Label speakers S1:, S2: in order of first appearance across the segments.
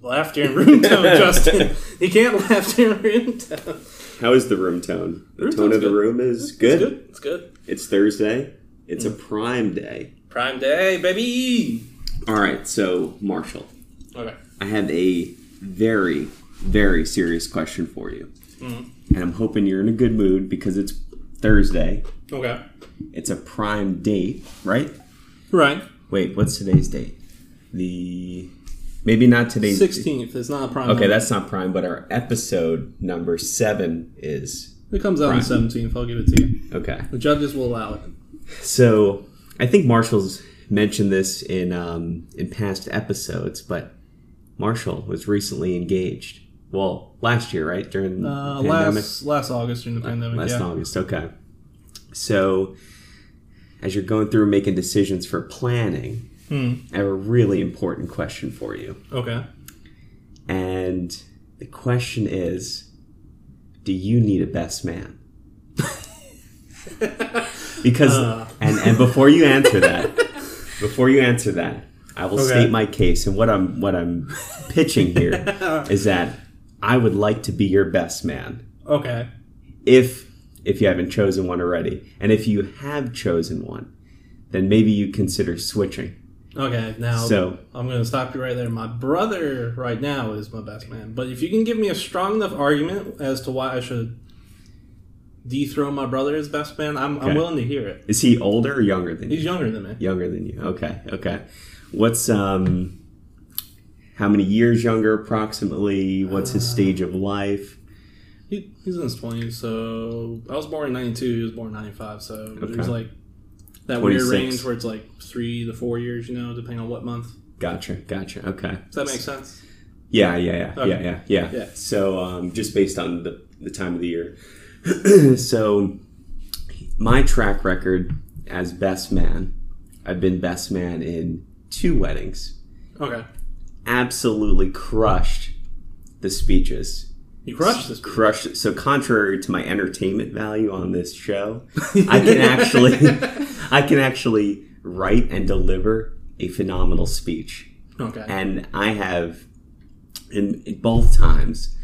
S1: laugh during room tone, Justin. You can't laugh during room tone.
S2: How is the room tone? The
S1: Room
S2: tone
S1: tone's
S2: of the
S1: good.
S2: room is
S1: It's
S2: good.
S1: good. Mm. It's good.
S2: It's Thursday. It's a prime day.
S1: Prime day, baby.
S2: All right, so Marshall,
S1: Okay.
S2: I have a very, very serious question for you.
S1: Mm.
S2: And I'm hoping you're in a good mood because it's Thursday.
S1: Okay.
S2: It's a prime date, right?
S1: Right.
S2: Wait, what's today's date? The maybe not today's
S1: Sixteenth. It's not a prime.
S2: Okay,
S1: number.
S2: that's not prime, but our episode number seven is
S1: it comes out on the seventeenth. I'll give it to you.
S2: okay.
S1: The judges will allow it.
S2: So I think Marshall's mentioned this in um, in past episodes, but Marshall was recently engaged. Well, last year, right during
S1: Uh,
S2: the pandemic,
S1: last last August during the pandemic.
S2: Last
S1: yeah.
S2: August. Okay. So as you're going through and making decisions for planning,
S1: Hmm.
S2: I have a really important question for you.
S1: Okay.
S2: And the question is do you need a best man? because
S1: Uh.
S2: and and before you answer that, before you answer that, I will
S1: Okay.
S2: state my case and what I'm what I'm pitching here is that I would like to be your best man
S1: Okay.
S2: if if you haven't chosen one already. And if you have chosen one, then maybe you consider switching.
S1: Okay. Now
S2: So-
S1: I'm going to stop you right there. My brother right now is my best man, but if you can give me a strong enough argument as to why I should dethrone my brother as best man, I'm, I'm
S2: Okay.
S1: willing to hear it.
S2: Is he older or younger than you?
S1: He's younger than me.
S2: Younger than you. Okay. Okay. What's um how many years younger approximately? What's his stage of life?
S1: He, he's in his 20s, so I was born in 92, he was born in 95, so
S2: Okay.
S1: there's like that weird
S2: 26.
S1: range where it's like three to four years, you know, depending on what month.
S2: Gotcha. Gotcha. Okay.
S1: Does that make sense?
S2: Yeah, yeah, yeah,
S1: Okay.
S2: yeah, yeah, yeah.
S1: Yeah.
S2: So um, just based on the, the time of the year. so my track record as best man, I've been best man in two weddings.
S1: Okay.
S2: Absolutely crushed the speeches.
S1: You crushed this.
S2: crushed it. So contrary to my entertainment value on this show, I can actually I can actually write and deliver a phenomenal speech.
S1: Okay.
S2: And I have in, in both times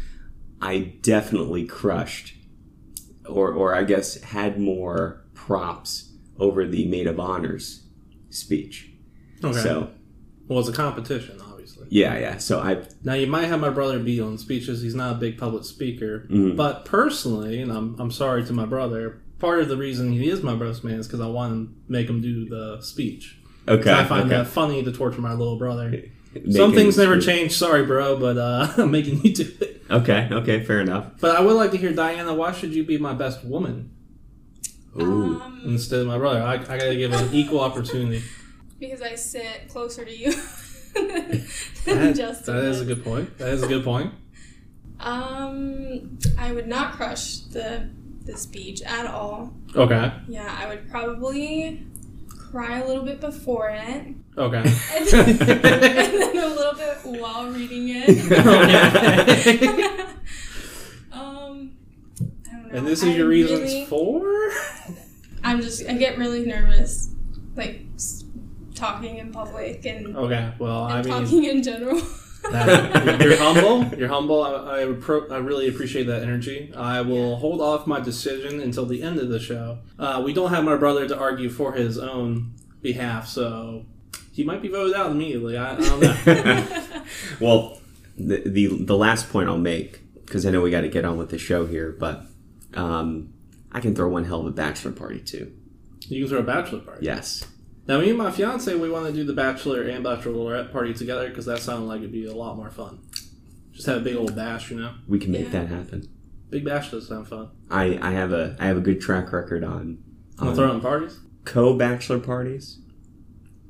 S2: I definitely crushed or or I guess had more props over the maid of honors speech.
S1: Okay.
S2: So,
S1: Well, it's a competition, obviously.
S2: yeah, yeah. So I've
S1: Now you might have my brother be on speeches. He's not a big public speaker,
S2: Mm-hmm.
S1: but personally, and I'm I'm sorry to my brother. Part of the reason he is my best man is because I want to make him do the speech.
S2: okay.
S1: I find
S2: okay.
S1: that funny to torture my little brother.
S2: Making-
S1: Some things never change. Sorry, bro, but uh, I'm making you do it.
S2: Okay, okay, fair enough.
S1: But I would like to hear Diana. Why should you be my best woman
S2: Ooh.
S3: Um,
S1: instead of my brother? I, I gotta give an equal opportunity.
S3: because I sit closer to you than
S1: That-
S3: Justin.
S1: that is a
S3: does.
S1: good point. That is a good point.
S3: Um, I would not crush the the speech at all.
S1: Okay.
S3: Yeah, I would probably cry a little bit before it,
S1: Okay.
S3: and then, and then a little bit while reading it. um, I don't know.
S1: and this
S3: I
S1: is your reasons
S3: really-
S1: for?
S3: I'm just. I get really nervous, like s- talking in public and,
S1: Okay. Well, I
S3: and
S1: mean.
S3: talking in general.
S1: That- Uh, you're humble. You're humble. I I, appro- I really appreciate that energy. I will hold off my decision until the end of the show. Uh, we don't have my brother to argue for his own behalf, so he might be voted out immediately. I, I don't know.
S2: Well, the, the the last point I'll make because I know we got to get on with the show here, but um, I can throw one hell of a bachelor party too.
S1: you can throw a bachelor party.
S2: Yes,
S1: Now, me and my fiance, we want to do the bachelor and bachelorette party together because that sounded like it'd be a lot more fun. Just have a big old bash, you know.
S2: we can make
S3: Yeah.
S2: that happen.
S1: Big bash does sound fun.
S2: I, I have a I have a good track record on,
S1: I'm
S2: on
S1: throwing parties.
S2: co bachelor parties,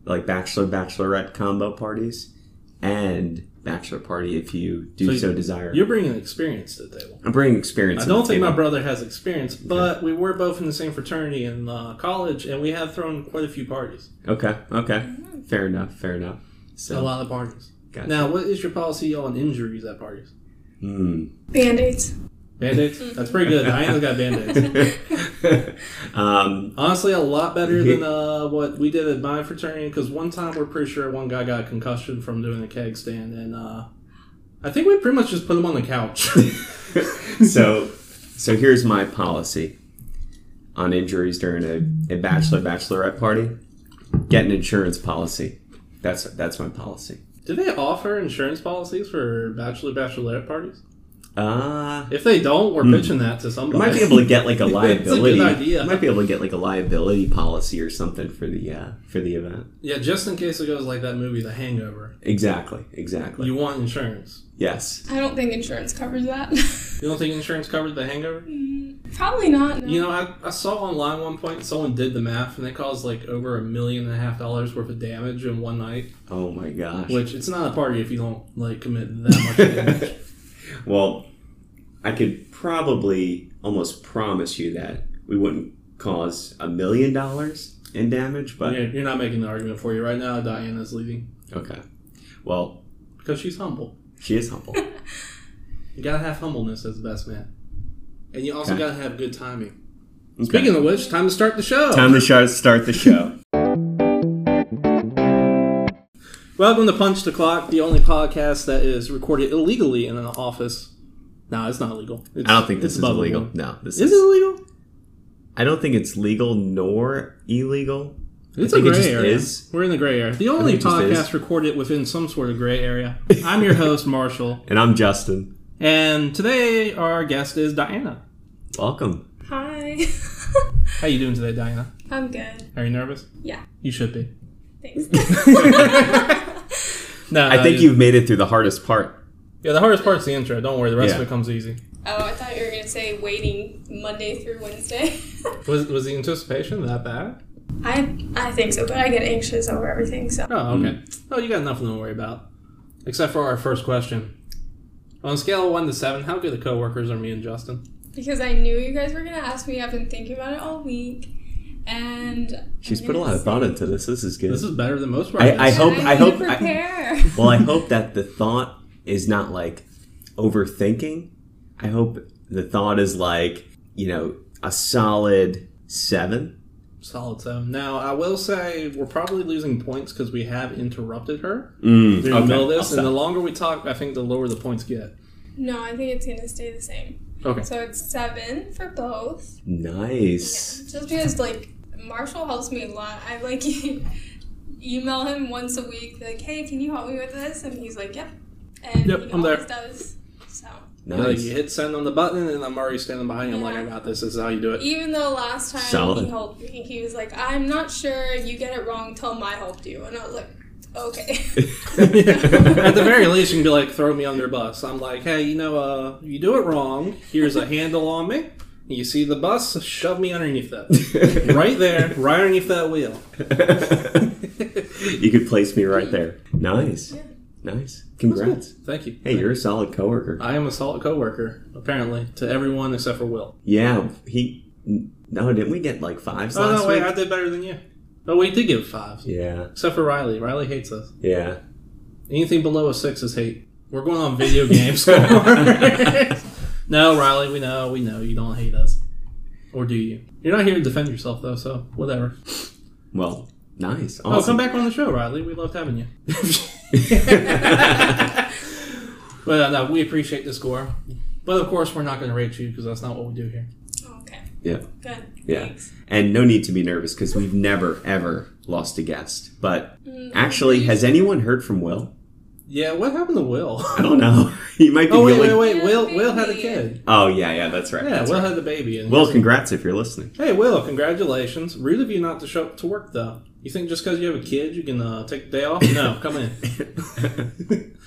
S2: like bachelor bachelorette combo parties, and bachelor party if you do
S1: So
S2: so,
S1: you-
S2: desire.
S1: You're bringing experience to the table.
S2: I'm bringing experience.
S1: I
S2: to the
S1: don't think my
S2: table.
S1: brother has experience, but we were both in the same fraternity in uh, college, and we have thrown quite a few parties.
S2: Okay, okay, fair enough, fair enough.
S1: A
S2: So,
S1: lot of parties.
S2: gotcha.
S1: Now, what is your policy on injuries at parties?
S2: Hmm.
S3: Band aids.
S1: Band aids? That's pretty good. Diana's got band aids.
S2: hmm. um,
S1: Honestly, a lot better
S2: Yeah.
S1: than uh, what we did at my fraternity because one time we're pretty sure one guy got a concussion from doing a keg stand, and uh, I think we pretty much just put him on the couch.
S2: so so here's my policy on injuries during a, a bachelor bachelorette party get an insurance policy that's that's my policy
S1: Do they offer insurance policies for bachelor bachelorette parties?
S2: uh
S1: If they don't, we're
S2: Hmm.
S1: pitching that to
S2: you
S1: somebody.
S2: might be able to get like a
S1: That's a good
S2: liability
S1: idea.
S2: you might be able to get like a liability policy or something for the uh for the event
S1: yeah, just in case it goes like that movie, The Hangover.
S2: exactly exactly
S1: You want insurance.
S2: yes
S3: I don't think insurance covers that.
S1: You don't think insurance covered The Hangover?
S3: Mm, Probably not. No.
S1: You know, I, I saw online one point someone did the math and they caused like over a million and a half dollars worth of damage in one night.
S2: oh my gosh
S1: Which it's not a party if you don't like commit that much damage.
S2: well, I could probably almost promise you that we wouldn't cause a million dollars in damage, but
S1: you're, you're not making the argument for you right now. Diana's leading
S2: okay. Well,
S1: because she's humble.
S2: she is humble.
S1: You gotta have humbleness as the best man, and you also
S2: Okay.
S1: gotta have good timing.
S2: Okay.
S1: Speaking of which, time to start the show.
S2: Time to sh- start the show.
S1: Welcome to Punch the Clock, the only podcast that is recorded illegally in an office. No, it's not illegal. It's,
S2: I don't think this
S1: it's
S2: is
S1: above the
S2: illegal.
S1: law.
S2: No, this
S1: Is
S2: is.
S1: it illegal?
S2: I don't think it's legal nor illegal.
S1: It's
S2: I
S1: a
S2: think it
S1: gray
S2: just
S1: area.
S2: is.
S1: We're in the gray area. The only
S2: it just
S1: podcast
S2: is.
S1: recorded within some sort of gray area. I'm your host, Marshall,
S2: And I'm Justin.
S1: and today our guest is Diana.
S2: Welcome.
S3: Hi.
S1: How you doing today, Diana?
S3: I'm good.
S1: Are you nervous?
S3: Yeah.
S1: You should be.
S3: Thanks.
S1: No,
S2: I think you've made it through the hardest part.
S1: Yeah, the hardest part's the intro. Don't worry, the rest
S2: Yeah.
S1: of it comes easy.
S3: oh, I thought you were gonna say waiting Monday through Wednesday.
S1: Was was the anticipation that bad?
S3: I I think so, but I get anxious over everything. So
S1: Oh, okay.
S2: Hmm.
S1: Oh, you got nothing to worry about, except for our first question. On a scale of one to seven, how good of coworkers are me and Justin?
S3: because I knew you guys were gonna ask me, I've been thinking about it all week, and
S2: She's
S3: I'm
S2: put a
S3: gonna
S2: lot of
S3: say-
S2: thought into this. This is good.
S1: This is better than most. of our
S2: I- I
S1: guests.
S2: hope-
S3: And
S2: I
S3: need to
S2: hope- I-
S3: prepare.
S2: Well, I hope that the thought is not like overthinking. I hope the thought is like, you know, a solid seven.
S1: Solid seven. Now, I will say we're probably losing points because we have interrupted her
S2: Mm,
S1: during the middle of this, and the longer we talk, I think the lower the points get.
S3: no, I think it's gonna stay the same.
S1: Okay.
S3: So it's seven for both.
S2: nice.
S3: Just because, like, Marshall helps me a lot. I, like, email him once a week, like, hey, can you help me with this? And he's like, yep. And
S1: Yep,
S3: he
S1: I'm there.
S3: always does. So,
S1: Like,
S2: Nice.
S1: you hit send on the button, and I'm already standing behind you. I'm like, I got this. This is how you do it.
S3: even though last time
S2: Solid.
S3: he helped me, he was like, I'm not sure you get it wrong till my helped you. And I was like, okay.
S1: At the very least, you can be like, throw me under a bus. I'm like, hey, you know, uh, you do it wrong. Here's a handle on me. You see the bus? Shove me underneath that. right there, right underneath that wheel.
S2: you could place me right there. Nice.
S3: Yeah.
S2: Nice. Congrats.
S1: Thank you.
S2: Hey, you're a solid coworker.
S1: I am a solid coworker, apparently, to everyone except for Will.
S2: Yeah, he. No, didn't we get like fives
S1: Oh
S2: last
S1: no, wait,
S2: week?
S1: I did better than you. Oh, we did give fives,
S2: Yeah,
S1: except for Riley. Riley hates us.
S2: yeah.
S1: Anything below a six is hate. We're going on video game score. no, Riley, we know, we know you don't hate us, or do you? You're not here to defend yourself though, so whatever.
S2: Well, nice.
S1: Oh, come
S2: Awesome.
S1: back on the show, Riley. We loved having you.
S2: back.
S1: But uh, no, we appreciate the score. But of course, we're not going to rate you because that's not what we do here.
S3: okay.
S2: Yeah.
S3: Good.
S2: Yeah.
S3: Thanks.
S2: And no need to be nervous because we've never, ever lost a guest. But
S3: Mm,
S2: actually, has anyone heard from Will?
S1: Yeah, what happened to Will?
S2: I don't know. he might be
S1: oh wait,
S2: really.
S1: wait, wait.
S3: Yeah,
S1: Will, Will had a
S3: baby.
S1: kid.
S2: Oh, yeah, yeah, that's right.
S1: Yeah,
S2: that's
S1: Will
S2: right.
S1: had the baby. And
S2: Will, congrats if you're listening.
S1: Hey, Will, congratulations. Rude of you not to show up to work, though. You think just because you have a kid, you can uh, take the day off? No, come in.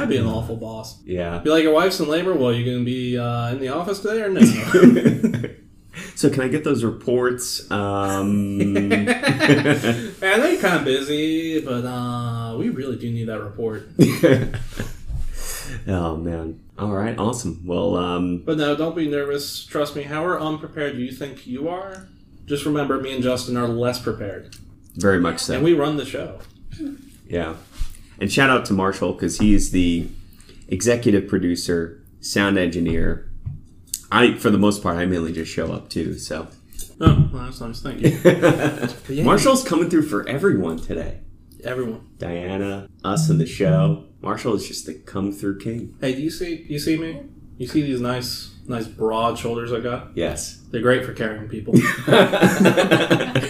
S1: I'd be an awful boss.
S2: yeah.
S1: Be like, your wife's in labor. Well, you going to be uh, in the office today or no?
S2: so, can I get those reports? Um,
S1: I know you're kind of busy, but uh, we really do need that report.
S2: oh, man. All right, awesome. Well, um,
S1: But no, don't be nervous. Trust me, however unprepared you think you are, just remember me and Justin are less prepared.
S2: very much
S1: And
S2: so.
S1: we run the show.
S2: Yeah. And shout out to Marshall because he's the executive producer, sound engineer. I, for the most part, I mainly just show up too. So
S1: Oh, well, that's nice. Thank you.
S2: Marshall's coming through for everyone today.
S1: Everyone.
S2: Diana, us, and the show. Marshall is just the come through king.
S1: Hey, do you see you see me? You see these nice nice broad shoulders I got?
S2: Yes.
S1: They're great for carrying people. Oh,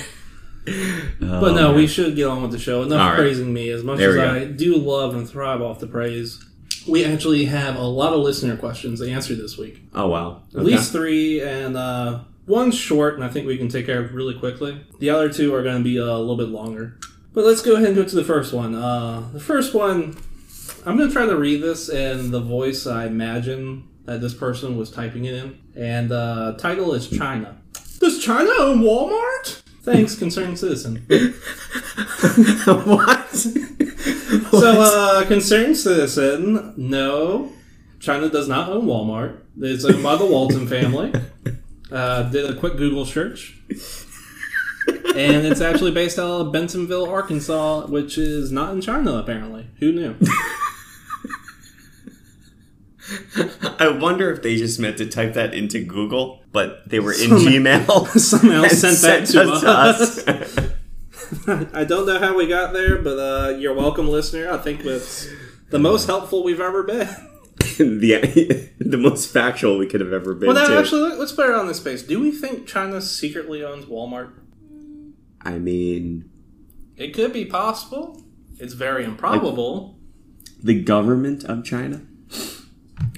S2: but
S1: But no, we should get on with the show. Enough
S2: Oh, All right.
S1: praising me. As much
S2: There
S1: as
S2: we go.
S1: I do love and thrive off the praise, we actually have a lot of listener questions to answer this week.
S2: Oh wow.
S1: At least three, and uh, one's short, and I think we can take care of really quickly. The other two are going to be uh, a little bit longer. But let's go ahead and go to the first one. Uh, the first one, I'm going to try to read this in the voice I imagine that this person was typing it in. And uh, title is China. Does China own Walmart? Thanks, concerned citizen.
S2: what?
S1: So, uh, concerned citizen, no, China does not own Walmart. It's owned by the Walton family. Uh, did a quick Google search. And it's actually based out of Bentonville, Arkansas, which is not in China, apparently. Who knew? uh,
S2: I wonder if they just meant to type that into Google, but they were in
S1: Somehow-
S2: Gmail.
S1: somehow
S2: and
S1: sent that
S2: sent
S1: to
S2: us
S1: us.
S2: us.
S1: I don't know how we got there, but uh, you're welcome, listener. I think that's the most helpful we've ever been.
S2: the the most factual we could have ever been.
S1: Well, now,
S2: to.
S1: actually, let- let's put it on this space. Do we think China secretly owns Walmart?
S2: I mean,
S1: It could be possible. It's very improbable.
S2: the government of China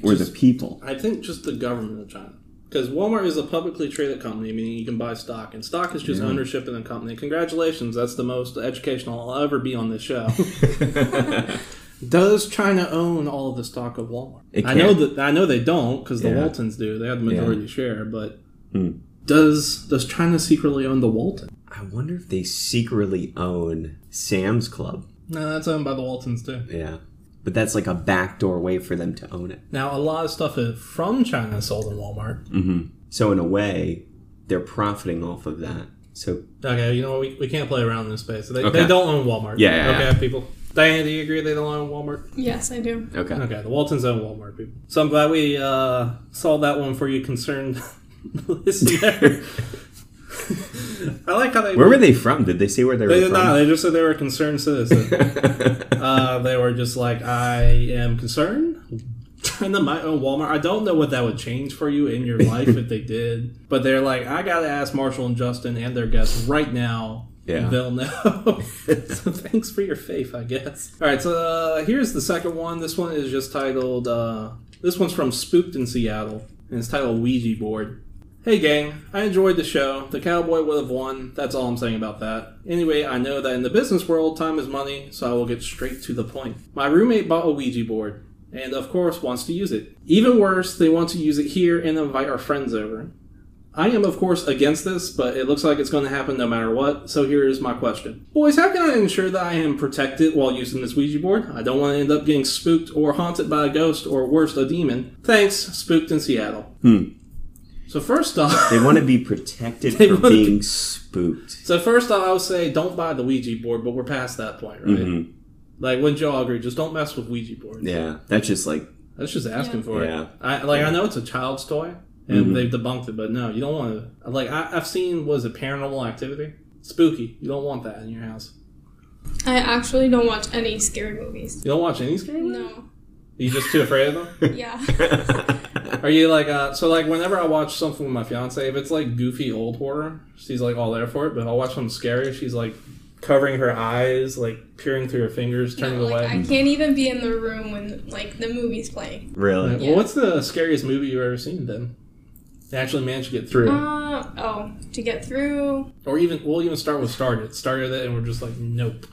S2: or the people.
S1: I think just the government of China. Because Walmart is a publicly traded company, meaning you can buy stock, and stock is just ownership in a company. Congratulations, that's the most educational I'll ever be on this show. Does China own all of the stock of Walmart?
S2: It
S1: I know
S2: can't.
S1: that I know they don't because the
S2: Yeah. Hmm.
S1: Waltons do. They have the majority share, but does does China secretly own the Walton?
S2: I wonder if they secretly own Sam's Club.
S1: No, that's owned by the Waltons too.
S2: Yeah, but that's like a backdoor way for them to own it.
S1: Now, a lot of stuff is from China is sold in Walmart.
S2: So in a way, they're profiting off of that. So
S1: Okay, you know what? We, we can't play around in this space. They,
S2: Okay.
S1: they don't own Walmart.
S2: Yeah, yeah,
S1: okay,
S2: yeah.
S1: people. Diana, do you agree they don't own Walmart?
S3: Yes, I do.
S2: okay,
S1: Okay, the Waltons own Walmart, people. So I'm glad we uh, solved that one for you, concerned listener. I like how they.
S2: where were they from? Did they say where they,
S1: They
S2: were
S1: did
S2: from?
S1: not. They just said they were a concerned citizen. uh, they were just like, I am concerned. China might own Walmart. I don't know what that would change for you in your life if they did. But they're like, I gotta ask Marshall and Justin and their guests right now.
S2: Yeah.
S1: They'll know. so thanks for your faith, I guess. All right, so uh, here's the second one. This one is just titled. Uh, this one's from Spooked in Seattle, and it's titled Ouija Board. Hey gang, I enjoyed the show. The cowboy would have won. That's all I'm saying about that. Anyway, I know that in the business world, time is money, so I will get straight to the point. My roommate bought a Ouija board, and of course wants to use it. Even worse, they want to use it here and invite our friends over. I am, of course, against this, but it looks like it's going to happen no matter what, so here is my question. Boys, how can I ensure that I am protected while using this Ouija board? I don't want to end up getting spooked or haunted by a ghost or worse, a demon. Thanks, Spooked in Seattle. Hmm. So, first off.
S2: They want to be protected
S1: They
S2: from
S1: wanna be-
S2: being spooked.
S1: So first off, I would say don't buy the Ouija board, but we're past that point, right? Like, wouldn't y'all agree? Just don't mess with Ouija boards.
S2: Mm-hmm. Yeah, that's just like
S1: That's just asking for
S2: Yeah.
S1: it. I like I know it's a child's toy, and they've debunked it, but no, you don't want to. Like I, I've seen was it Paranormal Activity? Spooky. You don't want that in your house.
S3: I actually don't watch any scary movies.
S1: You don't watch any scary movies.
S3: No.
S1: Are you just too afraid of them?
S3: Yeah.
S1: Are you like uh? So like whenever I watch something with my fiance, if it's like goofy old horror, she's like all there for it. But if I watch something scary, she's like covering her eyes, like peering through her fingers, turning
S3: No,
S1: away.
S3: like, I can't even be in the room when like the movie's playing.
S2: really?
S1: Well, what's the scariest movie you've ever seen then? They actually managed to get through.
S3: Uh oh, to get through.
S1: or even, we'll even start with Started. Started it and we're just like, nope.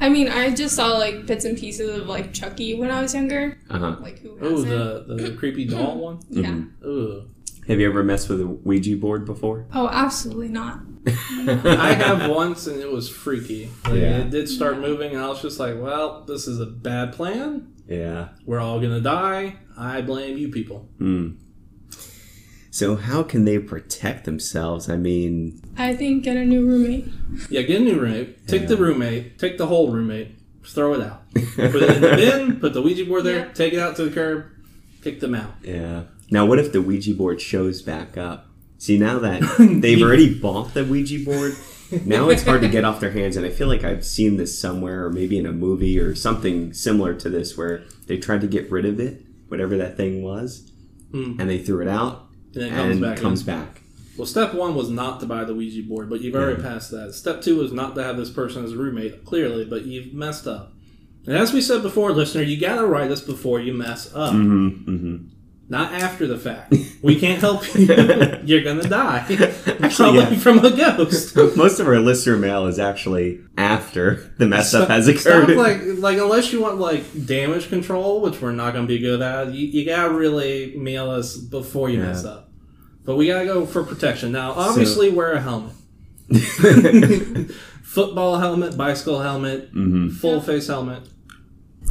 S3: I mean, I just saw like bits and pieces of like Chucky when I was younger.
S2: Uh huh.
S3: Like who
S1: Oh,
S3: hasn't?
S1: the, mm-hmm. the creepy doll one?
S3: yeah.
S1: Ooh.
S2: Have you ever messed with a Ouija board before?
S3: Oh, absolutely not.
S1: I have once and it was freaky. Like,
S2: Yeah.
S1: It did start moving and I was just like, well, this is a bad plan.
S2: Yeah.
S1: We're all going to die. I blame you people.
S2: Hmm. So how can they protect themselves? I mean,
S3: I think get a new roommate.
S1: Yeah, get a new roommate. Take the
S2: Yeah.
S1: roommate. Take the whole roommate. Throw it out. Put it in the bin. Put the Ouija board there.
S3: Yeah.
S1: Take it out to the curb. Kick them out.
S2: yeah. Now what if the Ouija board shows back up? See, now that they've already bought the Ouija board, now it's hard to get off their hands and i feel like i've seen this somewhere or maybe in a movie or something similar to this where they tried to get rid of it whatever that thing was
S1: Hmm.
S2: and they threw it out
S1: And it comes
S2: and
S1: back. in.
S2: comes back
S1: Well, step one was not to buy the Ouija board, but you've already passed that. Step two was not to have this person as a roommate, clearly, but you've messed up. And as we said before, listener, you gotta write this before you mess up,
S2: mm-hmm,
S1: not after the fact. We can't help you.
S2: mm-hmm.
S1: You're gonna die.
S2: actually
S1: Probably
S2: yeah
S1: from a ghost.
S2: most of our listener mail is actually after the mess up has
S1: Stuff
S2: occurred
S1: like, like unless you want like damage control, which we're not gonna be good at, you, you gotta really mail us before you
S2: Yeah.
S1: mess up. But we gotta go for protection now. Obviously, wear a helmet. Football helmet, bicycle helmet,
S2: mm-hmm.
S1: full
S3: Yeah.
S1: face helmet,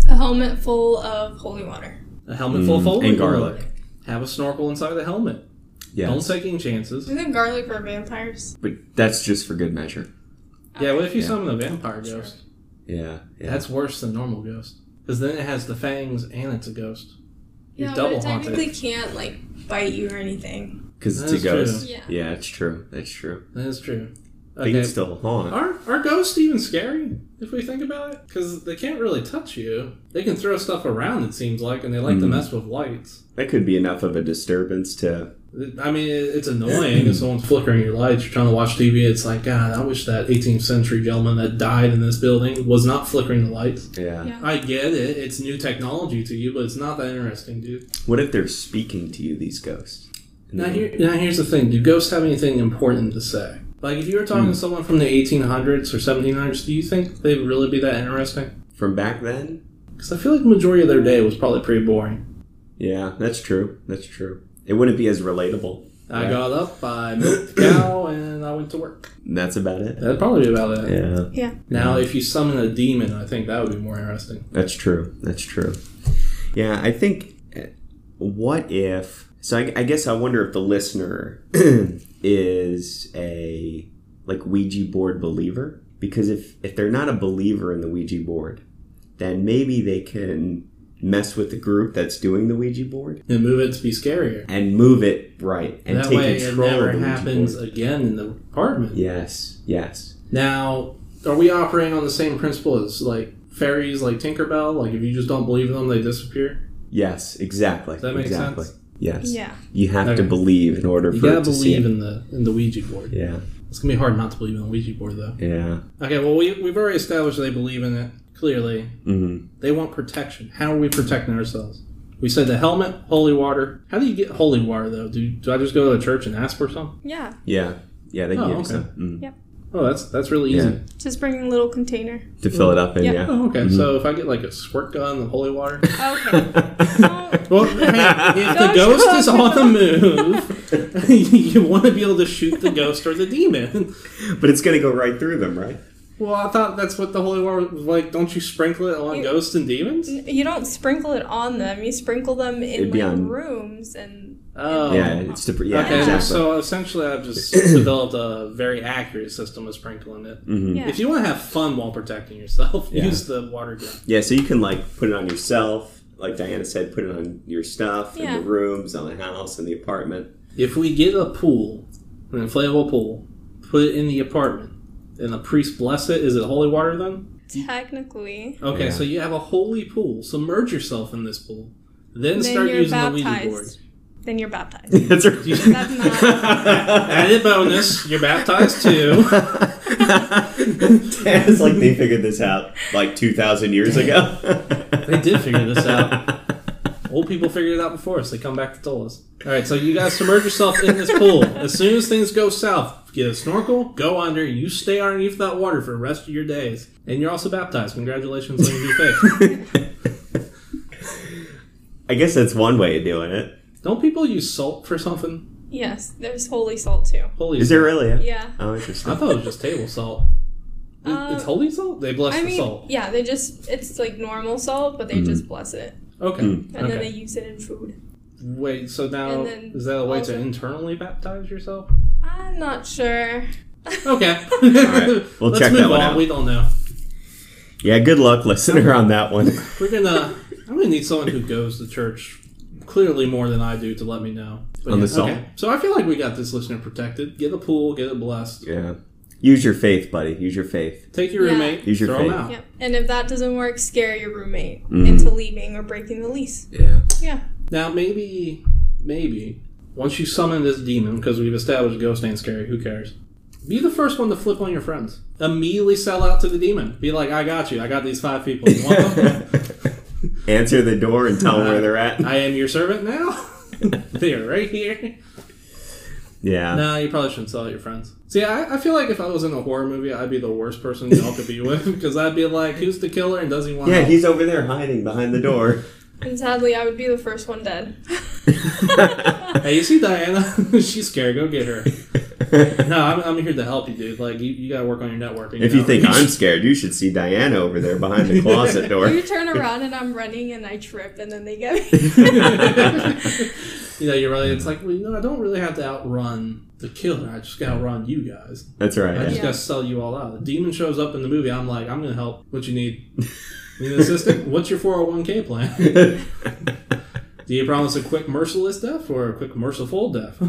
S3: A helmet full of holy water.
S1: a helmet full
S2: Mm,
S1: full
S2: and garlic.
S1: Have a snorkel inside the helmet.
S2: yeah
S1: Don't take any chances.
S3: Isn't it garlic for vampires?
S2: but that's just for good measure
S1: Yeah, what if you
S2: Yeah.
S1: summon a vampire ghost?
S2: yeah, yeah.
S1: That's worse than normal ghost. Because then it has the fangs and it's a ghost. You're
S3: Yeah, but
S1: double
S3: it technically
S1: haunted.
S3: can't like bite you or anything.
S2: because it's
S1: That's
S2: a ghost
S3: true. Yeah.
S2: yeah it's true that's true
S1: That is true.
S2: I think
S1: Okay.
S2: it's still haunt
S1: Are, are ghosts even scary if we think about it? Because they can't really touch you. They can throw stuff around, it seems like, and they like to
S2: Mm.
S1: mess with lights.
S2: That could be enough of a disturbance to.
S1: I mean, it- it's annoying if someone's flickering your lights. You're trying to watch TV. It's like, God, I wish that 18th century gentleman that died in this building was not flickering the lights.
S2: Yeah.
S3: Yeah.
S1: I get it. It's new technology to you, but it's not that interesting, dude.
S2: What if they're speaking to you, these ghosts? And
S1: Now,
S2: they-
S1: here, now here's the thing: Do ghosts have anything important to say? Like, if you were talking
S2: Hmm.
S1: to someone from the 1800s or 1700s, do you think they'd really be that interesting?
S2: From back then?
S1: Because I feel like the majority of their day was probably pretty boring.
S2: Yeah, that's true. That's true. It wouldn't be as relatable.
S1: I
S2: Right.
S1: got up, I milked the cow, and I went to work.
S2: That's about it.
S1: That'd probably be about it.
S2: Yeah.
S1: Now, if you summon a demon, I think that would be more interesting.
S2: That's true. That's true. Yeah, I think. uh, What if? So I, I guess I wonder if the listener is a like Ouija board believer because if if they're not a believer in the Ouija board, then maybe they can mess with the group that's doing the Ouija board
S1: And move it to be scarier.
S2: and move it right and
S1: that
S2: take
S1: way, it
S2: control of
S1: never
S2: the Ouija
S1: happens
S2: board.
S1: again in the apartment.
S2: Yes. Yes.
S1: Now, are we operating on the same principle as like fairies, like Tinkerbell? Like, if you just don't believe in them, they disappear.
S2: Yes. Exactly.
S1: Does that make
S2: exactly.
S1: sense?
S2: Yes.
S3: Yeah.
S2: You have
S1: Okay.
S2: to believe in order
S1: You
S2: for
S1: gotta
S2: it to see
S1: believe
S2: it.
S1: in the in the Ouija board.
S2: Yeah.
S1: It's gonna be hard not to believe in the Ouija board, though.
S2: Yeah.
S1: Okay, well we we've already established they believe in it. Clearly,
S2: Mm-hmm.
S1: they want protection. How are we protecting ourselves? We said the helmet, holy water. How do you get holy water though? Do do I just go to a church and ask for some?
S3: Yeah.
S2: Yeah, yeah, they
S1: Oh,
S2: can give you
S1: okay.
S2: some mm.
S1: Oh, that's that's really easy.
S2: Yeah.
S3: Just bringing a little container.
S2: to fill it up in.
S3: Yeah.
S2: Yeah.
S1: Oh, okay. So if I get like a squirt gun of holy water.
S3: Okay.
S1: Well, hey, if the
S3: Don't
S1: ghost is
S3: talk
S1: on the move, you want to be able to shoot the ghost or the demon.
S2: but it's gonna go right through them, right?
S1: Well, I thought that's what the holy water was like. Don't you sprinkle it on
S3: You-
S1: ghosts and demons?
S3: you don't sprinkle it on them. You sprinkle them in
S2: It'd
S3: like
S2: be on-
S3: rooms and
S1: Oh,
S2: Yeah, it's to. Yeah,
S1: okay,
S2: exactly.
S1: so essentially, I've just developed a very accurate system of sprinkling it.
S2: Mhm.
S3: yeah.
S1: If you want to have fun while protecting yourself,
S2: Yeah.
S1: use the water gun.
S2: yeah, so you can like put it on yourself, like Diana said, put it on your stuff
S3: Yeah.
S2: in the rooms, on the house, in the apartment.
S1: If we get a pool, an inflatable pool, put it in the apartment, and the priest bless it, is it holy water then?
S3: technically
S1: Okay,
S2: Yeah.
S1: so you have a holy pool. Submerge yourself in this pool, then,
S3: then
S1: start
S3: you're
S1: using the Ouija board.
S3: baptized. Then you're baptized.
S2: That's right.
S3: That's
S1: Added bonus, you're baptized too.
S2: it's like they figured this out like two thousand years ago.
S1: They did figure this out. Old people figured it out before us. They come back to tell us. All right, so you guys submerge yourself in this pool. As soon as things go south, get a snorkel, go under, you stay underneath that water for the rest of your days. And you're also baptized. Congratulations on your new faith.
S2: I guess that's one way of doing it.
S1: Don't people use salt for something?
S3: yes, there's holy salt too.
S1: Holy
S2: Is there really? A...
S3: Yeah.
S2: Oh,
S1: I
S2: interesting.
S1: thought it was just table salt. It-
S3: Uh,
S1: it's holy salt? They bless
S3: I
S1: the
S3: mean,
S1: salt.
S3: yeah, they just it's like normal salt, but they just bless it
S1: Okay.
S2: Mm.
S3: and then
S1: okay.
S3: they use it in food.
S1: Wait, so now
S3: And then
S1: is that a way
S3: also-
S1: to internally baptize yourself?
S3: I'm not sure.
S1: Okay.
S2: right, we'll
S1: Let's
S2: check
S1: move
S2: that
S1: on.
S2: one out.
S1: We don't know.
S2: Yeah, good luck, listener, on that one.
S1: We're gonna. I'm gonna need someone who goes to church clearly more than I do to let me know. But
S2: On the salt?
S1: So I feel like we got this listener protected. Get a pool, get it blessed.
S2: Yeah. Use your faith, buddy. Use your faith.
S1: Take your
S3: Yeah.
S1: roommate.
S2: Use your
S1: throw 'em
S2: faith.
S1: out.
S3: Yep. And if that doesn't work, scare your roommate
S1: Mm.
S2: Mhm.
S3: into leaving or breaking the lease.
S2: Yeah.
S3: Yeah.
S1: Now maybe, maybe once you summon this demon, because we've established ghost ain't scary. Who cares? Be the first one to flip on your friends. Immediately sell out to the demon. Be like, I got you. I got these five people. You want them?
S2: Answer the door and tell them where they're at.
S1: I am your servant now. they are right here.
S2: Yeah.
S1: No, you probably shouldn't sell out your friends. See, I, I feel like if I was in a horror movie, I'd be the worst person y'all could be with because I'd be like, who's the killer and does he want?
S2: Yeah,
S1: help?
S2: he's over there hiding behind the door.
S3: And sadly, I would be the first one dead.
S1: Hey, you see Diana? She's scared. Go get her. No, I'm, I'm here to help you, dude. Like, you, you gotta work on your networking.
S2: if you
S1: know?
S2: think I'm scared, you should see Diana over there behind the closet door.
S3: you turn around and I'm running and I trip and then they get me.
S1: you know, you're really. It's like, well, you know, I don't really have to outrun the killer. I just gotta outrun you guys.
S2: That's right.
S1: I just
S2: yeah.
S1: gotta sell you all out. The demon shows up in the movie. I'm like, I'm gonna help. What you need? Need an assistant? What's your 401k plan? Do you promise a quick merciless death or a quick merciful death?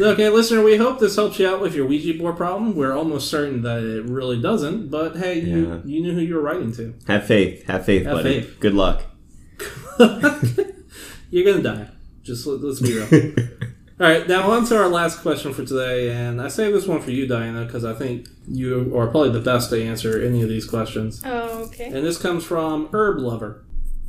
S1: okay, listener, we hope this helps you out with your Ouija board problem. We're almost certain that it really doesn't, but hey,
S2: Yeah.
S1: you, you knew who you were writing to.
S2: Have faith. Have faith,
S1: Have
S2: buddy.
S1: faith.
S2: Good luck.
S1: You're gonna die. Just let, let's be real. All right, now on to our last question for today, and I save this one for you, Diana, because I think you are probably the best to answer any of these questions.
S3: oh, okay.
S1: And this comes from Herb Lover.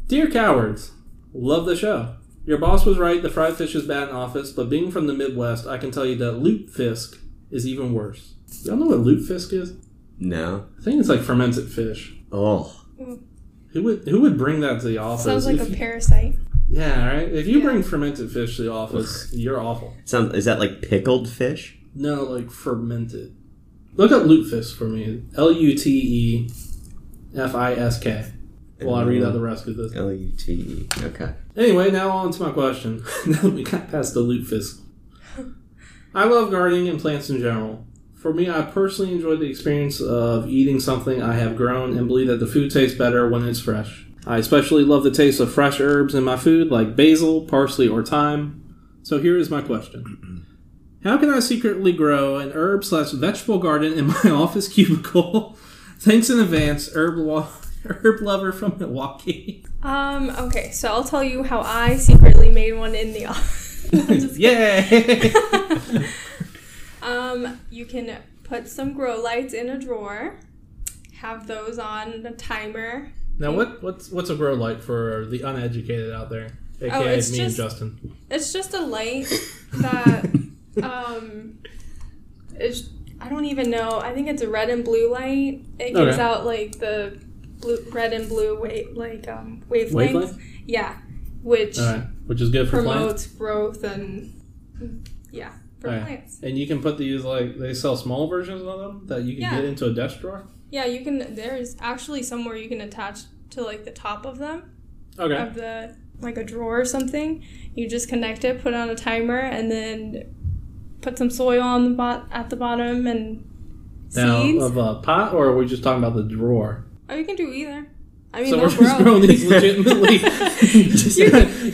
S1: Dear cowards, love the show. Your boss was right, the fried fish is bad in office, but being from the Midwest, I can tell you that lutefisk is even worse. Y'all know what lutefisk is?
S2: no.
S1: I think it's like fermented fish.
S2: Oh.
S1: Who would who would bring that to the office?
S3: Sounds like
S1: If
S3: a
S1: you-
S3: parasite.
S1: yeah, right. If you
S3: Yeah.
S1: bring fermented fish to the office, you're awful.
S2: Sound, is that like pickled fish?
S1: No, like fermented. Look up lutefisk for me. L U T E F I S K. While I
S2: Mm-hmm.
S1: read out the rest of this.
S2: L U T E. Okay.
S1: Anyway, now on to my question. now that we got past the loot fiscal. I love gardening and plants in general. For me, I personally enjoy the experience of eating something I have grown and believe that the food tastes better when it's fresh. I especially love the taste of fresh herbs in my food like basil, parsley, or thyme. So here is my question. How can I secretly grow an herb slash vegetable garden in my office cubicle? Thanks in advance, herb, lo- herb lover from Milwaukee.
S3: Um, okay, so I'll tell you how I secretly made one in the office.
S1: Yay!
S3: Um, you can put some grow lights in a drawer, have those on a timer.
S1: Now, what what's what's a grow light for the uneducated out there, aka
S3: Oh,
S1: me
S3: it's
S1: and
S3: just-
S1: Justin?
S3: It's just a light that um is I don't even know. I think it's a red and blue light. It gives
S1: Okay.
S3: out like the blue red and blue wave like um wavelengths.
S1: Wavelength?
S3: Yeah. Which
S1: All right, which is good for plants.
S3: promotes growth and yeah, for
S1: Alright.
S3: plants.
S1: And you can put these like they sell small versions of them that you can
S3: Yeah.
S1: get into a desk drawer.
S3: Yeah, you can there's actually somewhere you can attach to like the top of them.
S1: Okay.
S3: of the like a drawer or something. You just connect it, put on a timer, and then put some soil on the bot at the bottom and
S1: now um,
S3: seeds.
S1: of a pot, or are we just talking about the drawer?
S3: oh, you can do either. I mean,
S1: so
S3: they'll
S1: we're just
S3: grow.
S1: growing these legitimately.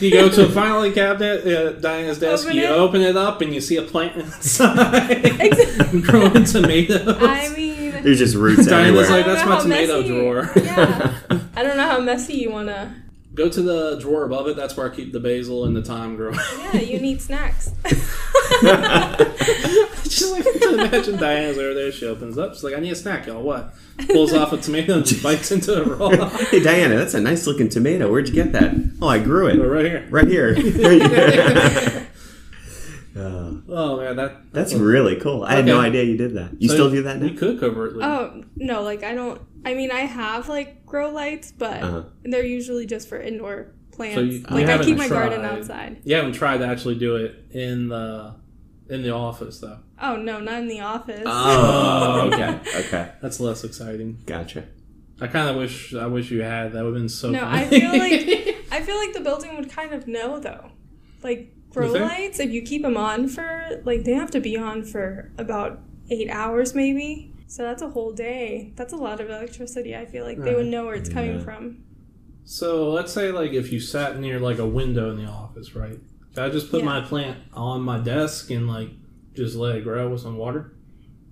S1: you go to a filing cabinet at Diana's desk,
S3: Open
S1: you
S3: it.
S1: open it up, and you see a plant inside
S3: Exactly.
S1: growing tomatoes.
S3: I mean,
S2: There's just roots
S1: Diana's
S2: everywhere.
S1: like,
S3: I
S1: "That's
S3: don't know
S1: my
S3: how
S1: tomato
S3: messy-
S1: drawer."
S3: yeah. I don't know how messy you wanna.
S1: Go to the drawer above it. That's where I keep the basil and the thyme growing.
S3: Yeah, you need snacks.
S1: Just like to imagine Diana's over there. She opens up. She's like, "I need a snack, y'all." What? Pulls off a tomato and just bites into it raw.
S2: hey, Diana, that's a nice looking tomato. Where'd you get that? Oh, I grew
S1: We're
S2: it
S1: right here.
S2: right here. Oh,
S1: Oh man, that
S2: that's really cool. I had no
S1: Okay.
S2: idea you did that. You still do that
S1: You
S2: now?
S1: could covertly.
S3: oh no, like I don't. I mean, I have like grow lights, but
S2: Uh-huh.
S3: they're usually just for indoor plants.
S1: you
S3: like I
S1: haven't
S3: keep my garden
S1: tried.
S3: outside.
S1: You haven't tried to actually do it in the in the office though.
S3: Oh no, not in the office.
S1: Oh, okay.
S2: Okay,
S1: That's less exciting.
S2: gotcha.
S1: I kind of wish I wish you had. That would have been so.
S3: No,
S1: funny.
S3: I feel like I feel like the building would kind of know though. Like grow
S1: You think?
S3: lights, if you keep them on for like they have to be on for about eight hours maybe. So that's a whole day. That's a lot of electricity. I feel like they would know where it's coming
S2: Yeah.
S3: from.
S1: so let's say like if you sat near like a window in the office, right? Could I just put
S3: Yeah.
S1: my plant on my desk and like just let it grow with some water?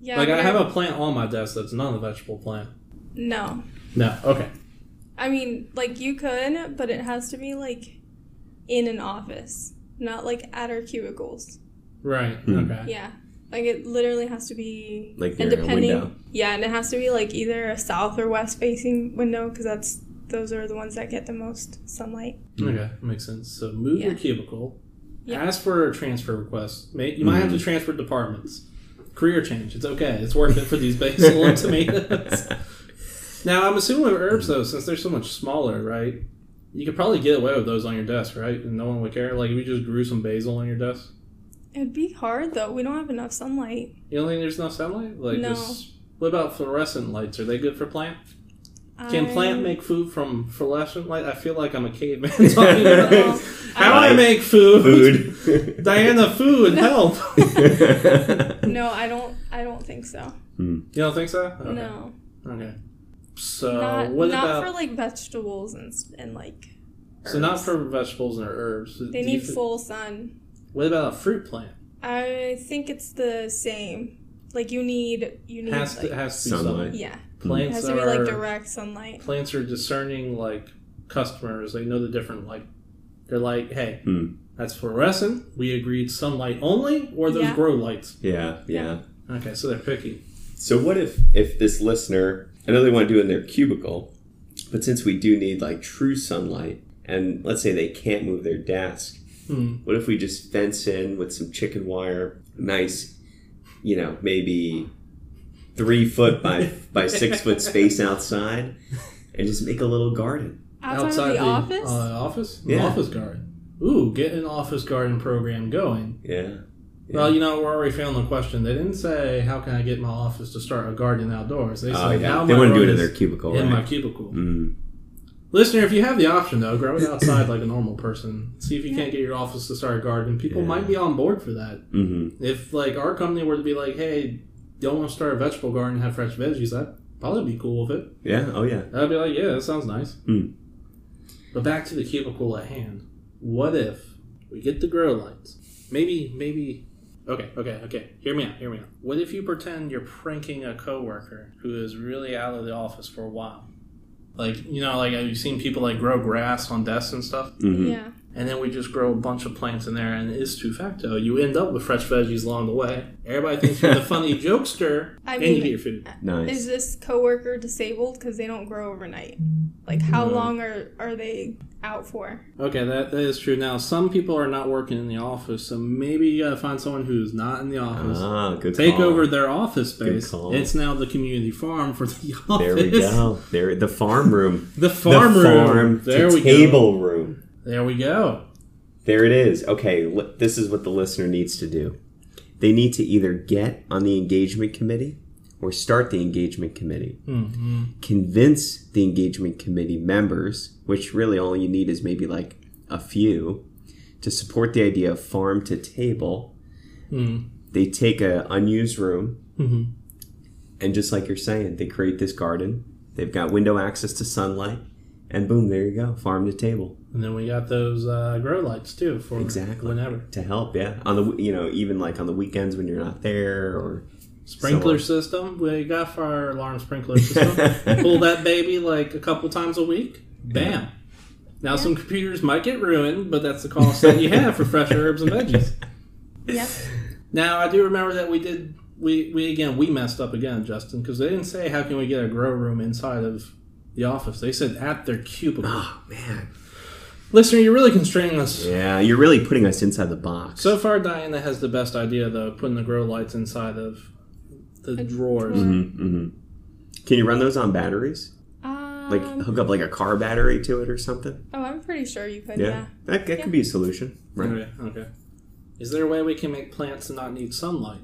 S3: Yeah.
S1: like I
S3: we're-
S1: have a plant on my desk that's not a vegetable plant.
S3: No.
S1: No. Okay.
S3: I mean, like you could, but it has to be like in an office, not like at our cubicles.
S1: Right.
S2: Hmm.
S1: Okay.
S3: Yeah. Like it literally has to be
S2: Like
S3: and
S2: near a window.
S3: Yeah, and it has to be like either a south or west facing window because that's those are the ones that get the most sunlight.
S2: Hmm.
S1: Okay. Makes sense. So move your
S3: Yeah.
S1: cubicle.
S3: Yeah.
S1: Ask for a transfer request. May, you might have to transfer departments. Career change. It's okay. It's worth it for these basil and tomatoes. Now I'm assuming with herbs though, since they're so much smaller, right? You could probably get away with those on your desk, right? And no one would care. Like if you just grew some basil on your desk,
S3: It'd be hard though. We don't have enough sunlight.
S1: you don't think there's enough sunlight? Like
S3: No.
S1: this. What about fluorescent lights? Are they good for plant? Can
S3: I-
S1: plant make food from fluorescent light? I feel like I'm a caveman talking about
S3: Well,
S1: this. How do I
S2: Light.
S1: make food?
S2: Food.
S1: Diana, food,
S3: No.
S1: help.
S3: No, I don't. I don't think so.
S1: You don't think so? Okay.
S3: No,
S1: Okay. So
S3: not
S1: what
S3: not
S1: about
S3: for like vegetables and s- and like.
S1: so not
S3: herbs.
S1: for vegetables and herbs? Do
S3: They
S1: you
S3: need
S1: thi-
S3: full sun.
S1: What about a fruit plant?
S3: I think it's the same. Like you need you need
S1: Has to
S3: like,
S1: has to be
S2: Sunlight. Mm.
S1: sunlight.
S3: yeah. It
S1: Plants
S3: has to be
S1: are
S3: like direct sunlight.
S1: plants are discerning like customers. They know the different like they're like, hey,
S2: Hmm.
S1: that's fluorescent. We agreed sunlight only, or those
S3: Yeah.
S1: grow lights.
S2: yeah, yeah.
S1: Okay, so they're picky.
S2: So what if if this listener I know they want to do it in their cubicle, but since we do need like true sunlight and let's say they can't move their desk,
S1: Hmm.
S2: what if we just fence in with some chicken wire, nice, you know, maybe three foot by by six foot space outside and just make a little garden.
S3: Outside, of the, office?
S1: uh, office,
S2: Yeah.
S1: office garden. Ooh, get an office garden program going.
S2: Yeah.
S1: Well, you know, we're already failing the question. They didn't say how can I get my office to start a garden outdoors. They said
S2: Oh, yeah.
S1: now
S2: They
S1: my
S2: want to do
S1: room
S2: it in their
S1: is
S2: cubicle,
S1: in my
S2: right?
S1: cubicle.
S2: Mm.
S1: Listener, if you have the option though, grow it outside like a normal person. See if you can't get your office to start a garden. People
S2: Yeah.
S1: might be on board for that.
S2: hmm
S1: If like our company were to be like, hey, don't want to start a vegetable garden and have fresh veggies, I'd probably be cool with it.
S2: Yeah. Oh, yeah.
S1: I'd be like, yeah, that sounds nice.
S2: Hmm.
S1: But back to the cubicle at hand. What if we get the grow lights? Maybe, maybe. Okay, okay, okay. Hear me out. Hear me out. What if you pretend you're pranking a coworker who is really out of the office for a while? Like you know, like I've seen people like grow grass on desks and stuff,
S2: hmm
S3: Yeah.
S1: and then we just grow a bunch of plants in there, and is to facto you end up with fresh veggies along the way. Everybody thinks you're the funny jokester,
S3: I
S1: and
S3: mean-
S1: you get your food.
S2: Nice.
S3: Is this coworker disabled because they don't grow overnight? Like how
S1: No.
S3: long are are they out for?
S1: Okay, that, that is true. Now, some people are not working in the office, so maybe you gotta find someone who's not in the office.
S2: Ah, good
S1: Take
S2: call.
S1: over their office
S2: Good
S1: space.
S2: call.
S1: It's now the community farm for the office.
S2: There we go. There, the farm room.
S1: The farm
S2: the
S1: room.
S2: farm
S1: there
S2: to
S1: we
S2: table room.
S1: go. There we go.
S2: There it is. Okay, li- this is what the listener needs to do. They need to either get on the engagement committee or start the engagement committee.
S1: hmm
S2: Convince the engagement committee members, which really all you need is maybe like a few, to support the idea of farm to table.
S1: Mm.
S2: They take a unused room,
S1: hmm
S2: and just like you're saying, they create this garden. They've got window access to sunlight, and boom, there you go, farm to table.
S1: And then we got those uh, grow lights too for
S2: Exactly.
S1: whenever
S2: to help yeah on the you know even like on the weekends when you're not there or
S1: sprinkler system. We got for our alarm sprinkler system. Pull that baby like a couple times a week. Bam. Now some computers might get ruined, but that's the cost that you have for fresh herbs and veggies.
S3: Yep.
S1: Now I do remember that we did we we again we messed up again, Justin, because they didn't say how can we get a grow room inside of the office. They said at their cubicle.
S2: oh man
S1: Listener, you're really constraining us.
S2: yeah you're really putting us inside the box
S1: So far, Diana has the best idea though, putting the grow lights inside of the
S3: A
S1: drawers.
S3: drawer.
S2: mm-hmm. can you run those on batteries
S3: Um,
S2: like hook up like a car battery to it or something
S3: oh, I'm pretty sure you could.
S2: yeah,
S3: Yeah.
S2: that, that
S3: Yeah.
S2: could be a solution right
S1: Okay, okay. Is there a way we can make plants not need sunlight?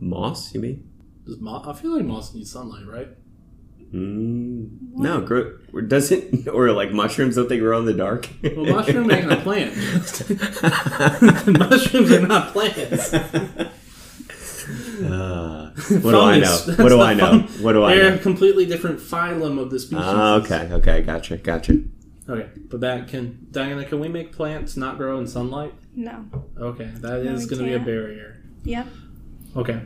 S2: moss you mean
S1: Does moss? I feel like moss needs sunlight, right?
S2: mm, no grow or does it or like mushrooms don't they grow in the dark
S1: Well, mushroom ain't a plant. Mushrooms are not plants.
S2: Uh, what do I know?
S1: Fungus.
S2: What do
S1: That's
S2: I
S1: the
S2: know?
S1: fun-
S2: What do Oh, I
S1: They're
S2: know?
S1: a completely different phylum of the species.
S2: Ah, okay, okay, gotcha, gotcha.
S1: Okay, but that can Diana, can we make plants not grow in sunlight?
S3: No.
S1: Okay, that
S3: No,
S1: is
S3: we
S1: going to be a
S3: can't.
S1: barrier.
S3: Yep.
S1: Okay,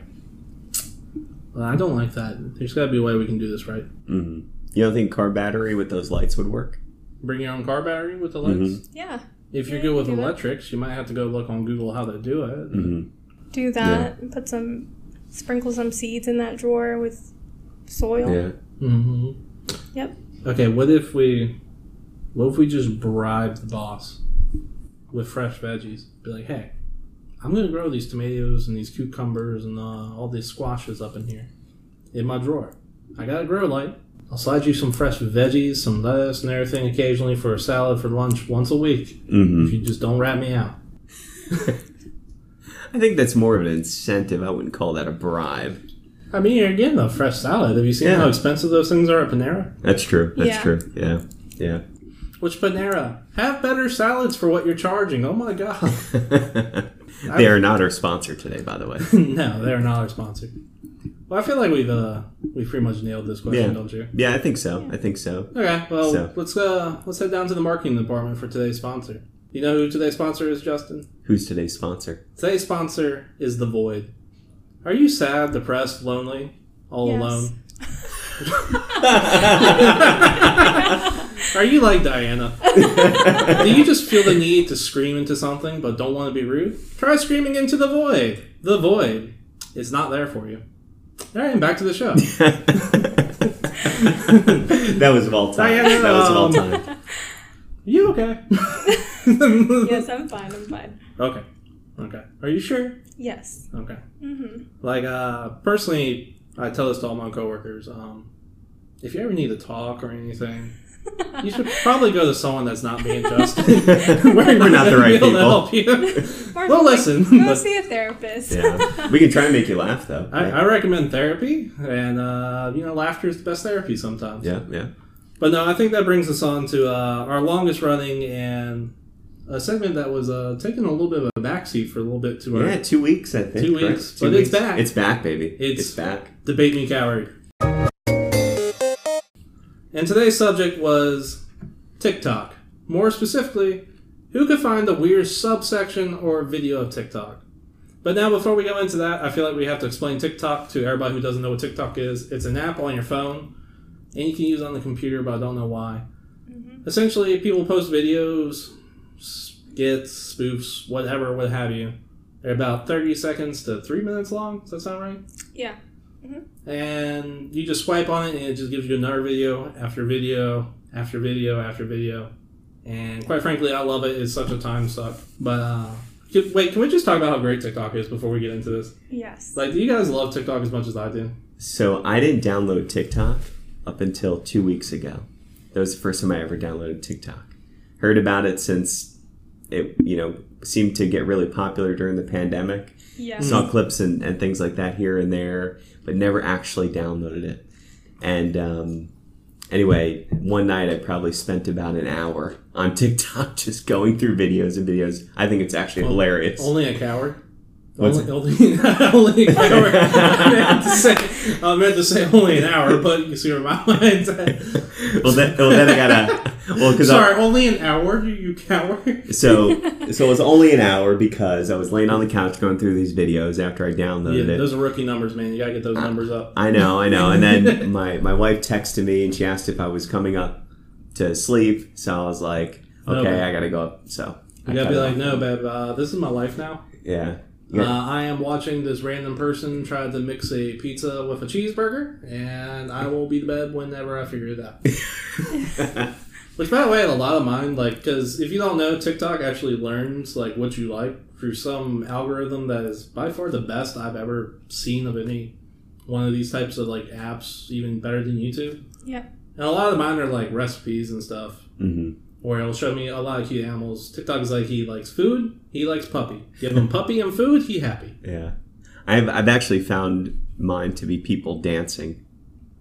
S1: Well, I don't like that. There's got to be a way we can do this right.
S2: hmm You don't think car battery with those lights would work?
S1: Bring your own car battery with the lights.
S2: Mhm.
S3: Yeah,
S1: If you're
S3: Yeah,
S1: good
S3: you
S1: with
S3: can do that.
S1: electrics, you might have to go look on Google how to do it.
S2: Mm-hmm.
S3: do that. Put some, sprinkle some seeds in that drawer with soil.
S2: Yeah.
S1: hmm
S3: Yep.
S1: Okay. What if we, what if we just bribe the boss with fresh veggies? Be like, hey, I'm gonna grow these tomatoes and these cucumbers and uh, all these squashes up in here, in my drawer. I got a grow light. I'll slide you some fresh veggies, some lettuce, and everything occasionally for a salad for lunch once a week. If
S2: Mm-hmm.
S1: you just don't rat me out.
S2: I think that's more of an incentive. I wouldn't call that a bribe.
S1: I mean, you're getting a fresh salad. Have you seen
S2: Yeah.
S1: how expensive those things are at Panera?
S2: That's true. That's
S3: Yeah.
S2: true. Yeah. Yeah.
S1: Which Panera? Have better salads for what you're charging. Oh my god.
S2: they are not our sponsor today, by the way.
S1: no, they're not our sponsor. Well, I feel like we've uh, we pretty much nailed this question,
S2: Yeah.
S1: don't you?
S2: Yeah, I think so. I think so.
S1: Okay, well
S2: So-
S1: let's uh let's head down to the marketing department for today's sponsor. You know who today's sponsor is, Justin?
S2: Who's today's sponsor?
S1: Today's sponsor is the Void. Are you sad, depressed, lonely, all
S3: Yes.
S1: alone? Are you like Diana? Do you just feel the need to scream into something but don't want to be rude? Try screaming into the void. The void is not there for you. All right, and back to the show.
S2: that was of all time.
S1: Diana,
S2: that was of all
S1: um,
S2: time.
S1: you okay?
S3: Yes, I'm fine. I'm fine.
S1: Okay. Okay. Are you sure?
S3: Yes.
S1: Okay.
S3: Mm-hmm.
S1: Like, uh, personally, I tell this to all my coworkers. Um, if you ever need to talk or anything, you should probably go to someone that's not me and Justin.
S2: We're not the right
S1: They'll
S2: people.
S1: help you.
S3: Or
S1: Well,
S3: like,
S1: listen,
S3: Go
S1: but-
S3: see a therapist.
S2: Yeah. We can try and make you laugh, though.
S1: I, I recommend therapy, and uh, you know, laughter is the best therapy sometimes.
S2: yeah, yeah.
S1: But no, I think that brings us on to uh, our longest running and a segment that was uh, taking a little bit of a backseat for a little bit to our
S2: Yeah, two weeks, I think.
S1: Two
S2: correct?
S1: weeks, but it's back.
S2: It's back, baby.
S1: It's-
S2: It's, back.
S1: debate me coward. And today's subject was TikTok. More specifically, who could find the weird subsection or video of TikTok? But now, before we go into that, I feel like we have to explain TikTok to everybody who doesn't know what TikTok is. It's an app on your phone, and you can use it on the computer, but I don't know why. Essentially, people post videos, skits, spoofs, whatever, what have you. They're about 30 seconds to 3 minutes long. Does that sound right?
S3: Yeah.
S1: and you just swipe on it and it just gives you another video after video after video after video and quite frankly i love it it's such a time suck but uh can- wait can we just talk about how great tiktok is before we get into this
S3: Yes.
S1: like do you guys love tiktok as much as i do
S2: So I didn't download TikTok up until two weeks ago. That was the first time I ever downloaded TikTok. Heard about it since it, you know, seemed to get really popular during the pandemic.
S3: yeah.
S1: Mm.
S2: Saw clips and, and things like that here and there, but never actually downloaded it. And um, anyway, one night I probably spent about an hour on TikTok just going through videos and videos. I think it's actually
S1: Oh,
S2: hilarious.
S1: only a coward
S2: What's
S1: only, only, only a coward. I meant, to say, I meant to say only an hour, but you see where my mind's at.
S2: well, then, well, then I gotta. Well, because
S1: Sorry, only an hour, you, you coward.
S2: So, so it was only an hour because I was laying on the couch going through these videos after I
S1: Yeah,
S2: downloaded it.
S1: those are rookie numbers, man. You gotta get those numbers up.
S2: I know, I know. And then my, my wife texted me and she asked if I was coming up to sleep. So I was like, okay,
S1: Oh, Okay.
S2: I gotta go up. So
S1: You
S2: I
S1: gotta
S2: cut
S1: be
S2: it
S1: like,
S2: off.
S1: no, babe, uh, this is my life now.
S2: yeah, yeah.
S1: Uh, I am watching this random person try to mix a pizza with a cheeseburger, and I will be the bed whenever I figure it out. Which, by the way, in a lot of mine, like, because if you don't know, TikTok actually learns like what you like through some algorithm that is by far the best I've ever seen of any one of these types of like apps, even better than YouTube.
S3: Yeah.
S1: And a lot of mine are like recipes and stuff.
S2: hmm
S1: Or it'll show me a lot of cute animals. TikTok is like he likes food, he likes puppy. Give him puppy and food, he happy.
S2: yeah. I've I've actually found mine to be people dancing.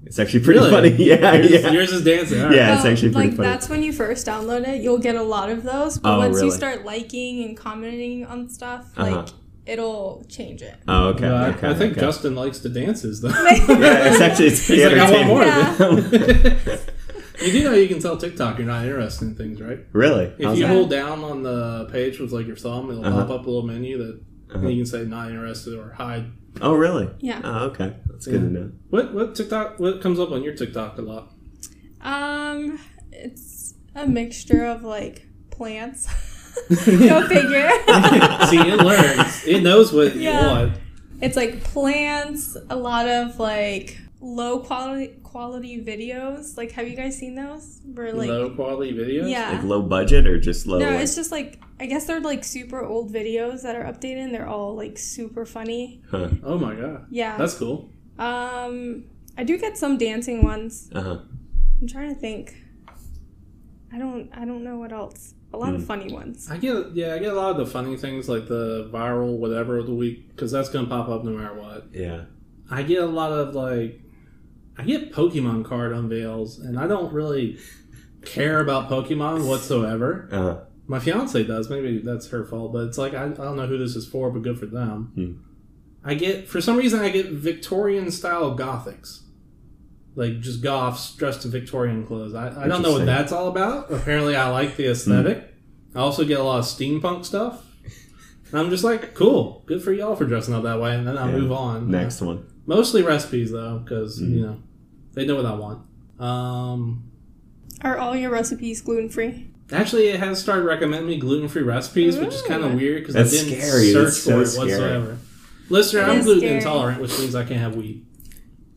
S2: It's actually pretty
S1: Really?
S2: funny. Yeah,
S1: Yours,
S2: yeah.
S1: yours is dancing. all right.
S2: Yeah. it's actually pretty
S3: like
S2: funny.
S3: that's when you first download it, you'll get a lot of those. But
S2: Oh,
S3: once you
S2: really?
S3: start liking and commenting on stuff,
S2: Uh-huh.
S3: like it'll change it.
S2: oh, okay.
S1: Uh, I-
S2: okay,
S1: I think
S2: okay.
S1: Justin likes the dances though.
S2: Yeah, it's actually it's pretty
S1: He's like, I want
S2: entertaining.
S1: more
S3: entertaining.
S1: of it. you do know you can tell TikTok you're not interested in things, right?
S2: really?
S1: If
S2: How's
S1: you
S2: that?
S1: hold down on the page with like your thumb, it'll
S2: Uh-huh.
S1: pop up a little menu that
S2: Uh-huh.
S1: you can say not interested or hide.
S2: Oh, really?
S3: Yeah.
S2: Oh, okay. That's good to know.
S1: What what TikTok? What comes up on your TikTok a lot?
S2: Uh.
S3: Um, it's a mixture of like plants. Go figure.
S1: See, it learns. It knows what
S3: Yeah.
S1: you want.
S3: it's like plants. A lot of like low quality quality videos. Like, have you guys seen those? Where like,
S1: Low quality videos.
S2: Like
S3: yeah.
S2: low budget or just low?
S3: No,
S2: like-
S3: it's just like I guess they're like super old videos that are updated. and They're all like super funny.
S2: huh.
S1: Oh my god,
S3: Yeah.
S1: that's cool.
S3: um, I do get some dancing ones.
S2: Uh huh.
S3: I'm trying to think. I don't. I don't know what else. A lot of funny ones.
S1: I get yeah, I get a lot of the funny things like the viral whatever of the week because that's gonna pop up no matter what.
S2: Yeah.
S1: I get a lot of like, I get Pokemon card unveils, and I don't really care about Pokemon whatsoever.
S2: Uh huh.
S1: My fiance does. Maybe that's her fault, but it's like I, I don't know who this is for, but good for them.
S2: Hmm.
S1: I get for some reason I get Victorian style gothics, like just goths dressed in Victorian clothes. I, I don't know
S2: Interesting. Hmm.
S1: what that's all about. Apparently, I like the aesthetic. I also get a lot of steampunk stuff. And I'm just like, cool, good for y'all for dressing up that way, and then I'll
S2: Yeah.
S1: move on.
S2: Next Hmm. one.
S1: Mostly recipes though, because you know they know what I want. Um,
S3: Are all your recipes gluten free?
S1: actually, it has started recommending me gluten-free recipes, which is kind of
S3: Ooh.
S1: weird because I
S2: That's
S1: didn't
S2: scary.
S1: search
S2: That's so
S1: for it
S2: scary.
S1: whatsoever. Listener,
S3: That
S1: I'm
S3: is
S1: gluten
S3: scary.
S1: intolerant, which means I can't have wheat.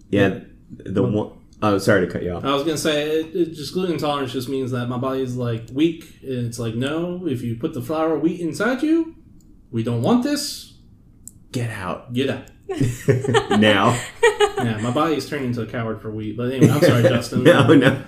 S2: Yeah. The one. Oh, sorry to cut you off.
S1: I was gonna say, it, it just gluten intolerance just means that my body's like weak, and it's like, no, if you put the flour wheat inside you, we don't want this.
S2: Get out
S1: Get out.
S2: now.
S1: Yeah, my body is turning into a coward for wheat. But anyway, I'm sorry, Justin.
S2: no, no.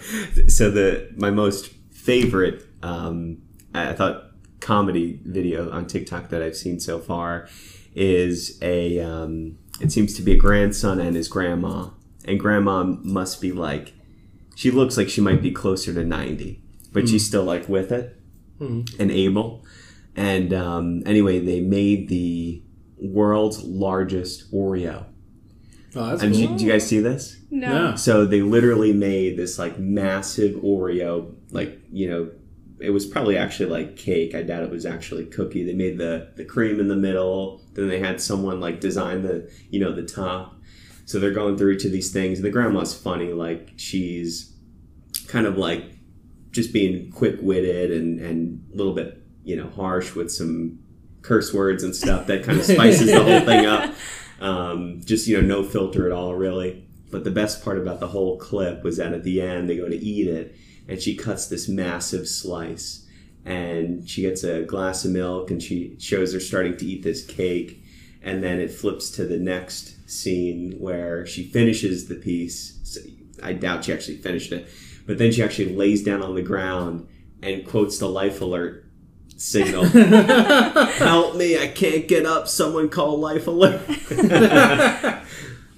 S2: So the my most favorite, um, I I thought comedy video on TikTok that I've seen so far is a. Um, it seems to be a grandson and his grandma, and grandma must be like, she looks like she might be closer to ninety,
S1: Hmm.
S2: but she's still like with it
S1: Mm.
S2: and able. And um, anyway, they made the world's largest Oreo.
S1: Oh, that's
S2: And
S1: cool.
S2: did you, did you guys see this?
S3: No.
S1: Yeah.
S2: So they literally made this like massive Oreo, like you know, it was probably actually like cake. I doubt it was actually cookie. They made the the cream in the middle. Then they had someone like design the you know the top. So they're going through each of these things. And the grandma's funny, like she's kind of like just being quick witted and and a little bit you know harsh with some curse words and stuff that kind of spices the whole thing up um, just you know no filter at all really but the best part about the whole clip was that at the end they go to eat it and she cuts this massive slice and she gets a glass of milk and she shows her starting to eat this cake and then it flips to the next scene where she finishes the piece so i doubt she actually finished it but then she actually lays down on the ground and quotes the life alert signal help me i can't get up someone call life alert
S1: Uh,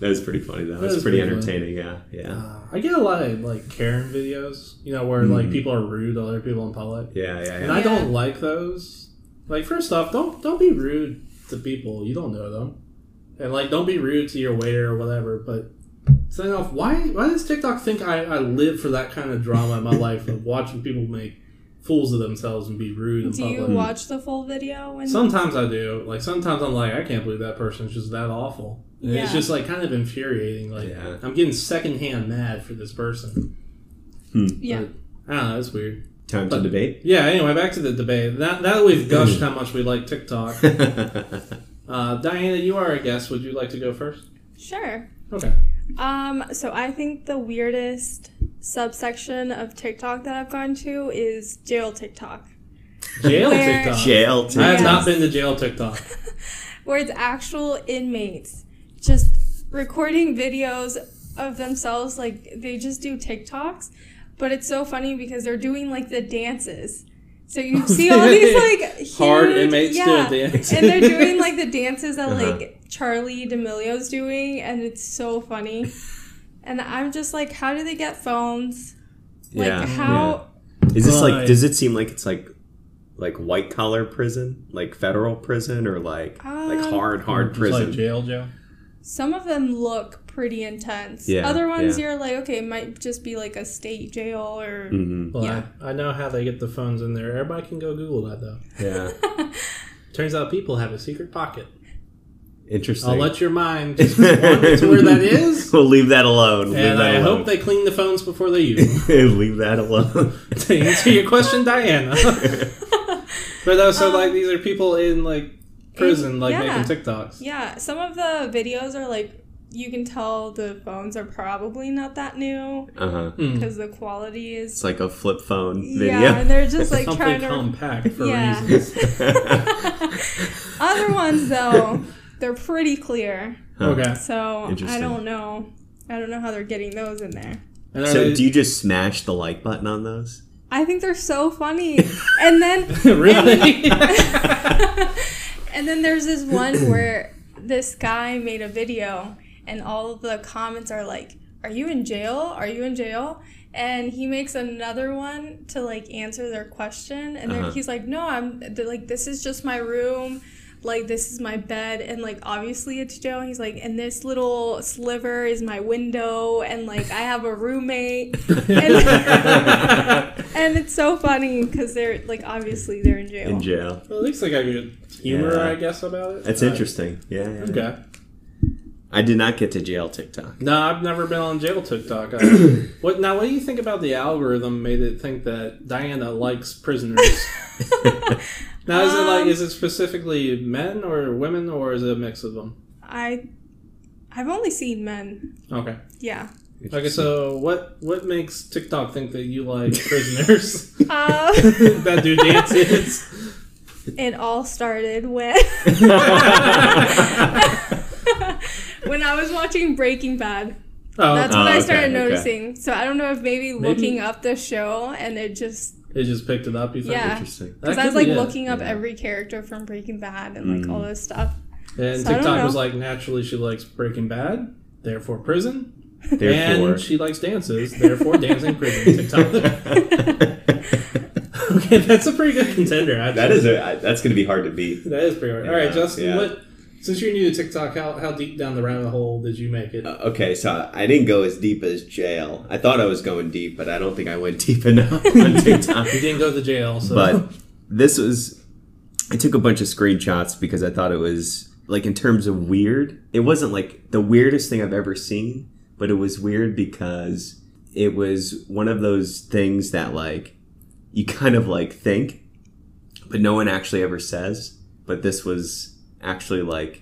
S2: that was pretty funny though that was
S1: was
S2: pretty,
S1: pretty funny.
S2: entertaining yeah yeah
S1: Uh, I get a lot of like Karen videos, you know, where
S2: Mm.
S1: like people are rude to other people in public,
S2: yeah yeah,
S1: and
S2: yeah.
S1: I don't
S3: Yeah.
S1: like those. Like, first off, don't don't be rude to people you don't know them, and like don't be rude to your waiter or whatever. But second off, why why does TikTok think I, I live for that kind of drama in my life of watching people make fools of themselves and be rude in
S3: Do you
S1: public?
S3: watch the full video? When
S1: Sometimes I do. Like sometimes I'm like, I can't believe that person's just that awful. And It's
S3: Yeah.
S1: just like kind of infuriating. Like
S2: Yeah.
S1: I'm getting secondhand mad for this person.
S3: yeah.
S1: I don't know. It's weird.
S2: time to debate
S1: Yeah. Anyway, back to the debate. That that we've gushed how much we like TikTok. Uh, Diana, you are a guest. Would you like to go first?
S3: Sure.
S1: Okay.
S3: Um, so I think the weirdest subsection of TikTok that I've gone to is jail TikTok,
S1: Jail
S3: Where-
S1: TikTok.
S2: jail
S1: I have
S3: Yes.
S1: not been to jail TikTok.
S3: where it's actual inmates just recording videos of themselves. Like they just do TikToks, but it's so funny because they're doing like the dances. So you see all these like huge,
S1: Hard inmates
S3: yeah,
S1: do it. Dan.
S3: and they're doing like the dances that
S2: Uh-huh.
S3: like Charlie D'Amelio's doing, and it's so funny. And I'm just like, how do they get phones? Like
S2: yeah
S3: how?
S2: yeah. is this like
S1: Right.
S2: does it seem like it's like like white collar prison like federal prison or like like
S3: Um,
S2: hard hard
S1: Just like
S2: prison
S1: jail, jail.
S3: Some of them look pretty intense.
S2: Yeah,
S3: Other ones,
S2: yeah.
S3: you're like, okay, it might just be like a state jail or.
S2: hmm
S1: Well,
S3: Yeah.
S1: I, I know how they get the phones in there. Everybody can go Google that though.
S2: yeah
S1: Turns out people have a secret pocket.
S2: Interesting.
S1: I'll let your mind just wander to where that is.
S2: we'll leave that alone. leave
S1: And
S2: that
S1: I
S2: alone.
S1: hope they clean the phones before they use them.
S2: leave that alone.
S1: to answer your question, Diana. but also, like, these are people in like prison, like
S3: yeah.
S1: making TikToks.
S3: Yeah, some of the videos are like you can tell the phones are probably not that new
S2: Uh huh.
S1: Mm.
S3: because the quality
S2: It's
S3: is
S2: like a flip phone video.
S3: yeah, and they're just like
S1: Something
S3: trying to
S1: compact for
S3: yeah.
S1: reasons.
S3: Other ones though, they're pretty clear.
S2: Huh.
S1: Okay.
S3: So I
S2: Interesting.
S3: don't know. I don't know how they're getting those in there.
S1: And are
S2: So
S1: they-
S2: do you just smash the like button on those?
S3: I think they're so funny. and then
S1: really?
S3: and then there's this one where this guy made a video and all of the comments are like, Are you in jail? Are you in jail? And he makes another one to like answer their question and
S2: Uh-huh.
S3: then he's like, No, I'm they're like this is just my room. Like this is my bed and like obviously it's jail. He's like, and this little sliver is my window and like I have a roommate
S2: in
S3: and it's so funny because they're like obviously they're in jail.
S2: jail.
S1: well, at least they got good humor,
S2: Yeah.
S1: I guess, about it.
S2: That's
S1: Uh,
S2: interesting. Yeah. yeah.
S1: Okay.
S2: I did not get to jail TikTok.
S1: No, I've never been on jail TikTok. I, what now? What do you think about the algorithm made it think that Diana likes prisoners? now, is it like
S3: Um,
S1: is it specifically men or women or is it a mix of them?
S3: I I've only seen men.
S1: Okay.
S3: Yeah.
S1: Okay, so what what makes TikTok think that you like prisoners
S3: Uh,
S1: that do dances?
S3: it all started when when I was watching Breaking Bad.
S1: Oh,
S3: That's
S1: okay.
S3: when
S2: Oh,
S3: I
S2: okay,
S3: started
S2: okay.
S3: noticing. So I don't know if maybe, looking up the show and it just
S1: it just picked it up. You think?
S3: Yeah.
S2: Interesting.
S1: That
S3: because I was
S1: could
S3: like
S1: be it.
S3: looking up
S2: yeah.
S3: every character from Breaking Bad and like all this stuff.
S1: and
S3: So I don't
S1: TikTok was
S3: know.
S1: like, naturally, she likes Breaking Bad, therefore prison,
S2: Therefore.
S1: and she likes dances, therefore dancing prison. TikTok. okay, that's a pretty good contender. Actually.
S2: that is a I- that's going to be hard to beat.
S1: that is pretty. Hard. All right,
S2: Yeah,
S1: Justin,
S2: yeah.
S1: what? Since you're new to TikTok, how, how deep down the rabbit hole did you make it?
S2: Uh, okay, so I didn't go as deep as jail. I thought I was going deep, but I don't think I went deep enough on TikTok.
S1: you didn't go to jail, so
S2: but this was i took a bunch of screenshots because i thought it was like in terms of weird it wasn't like the weirdest thing i've ever seen but it was weird because it was one of those things that like you kind of like think but no one actually ever says but this was actually like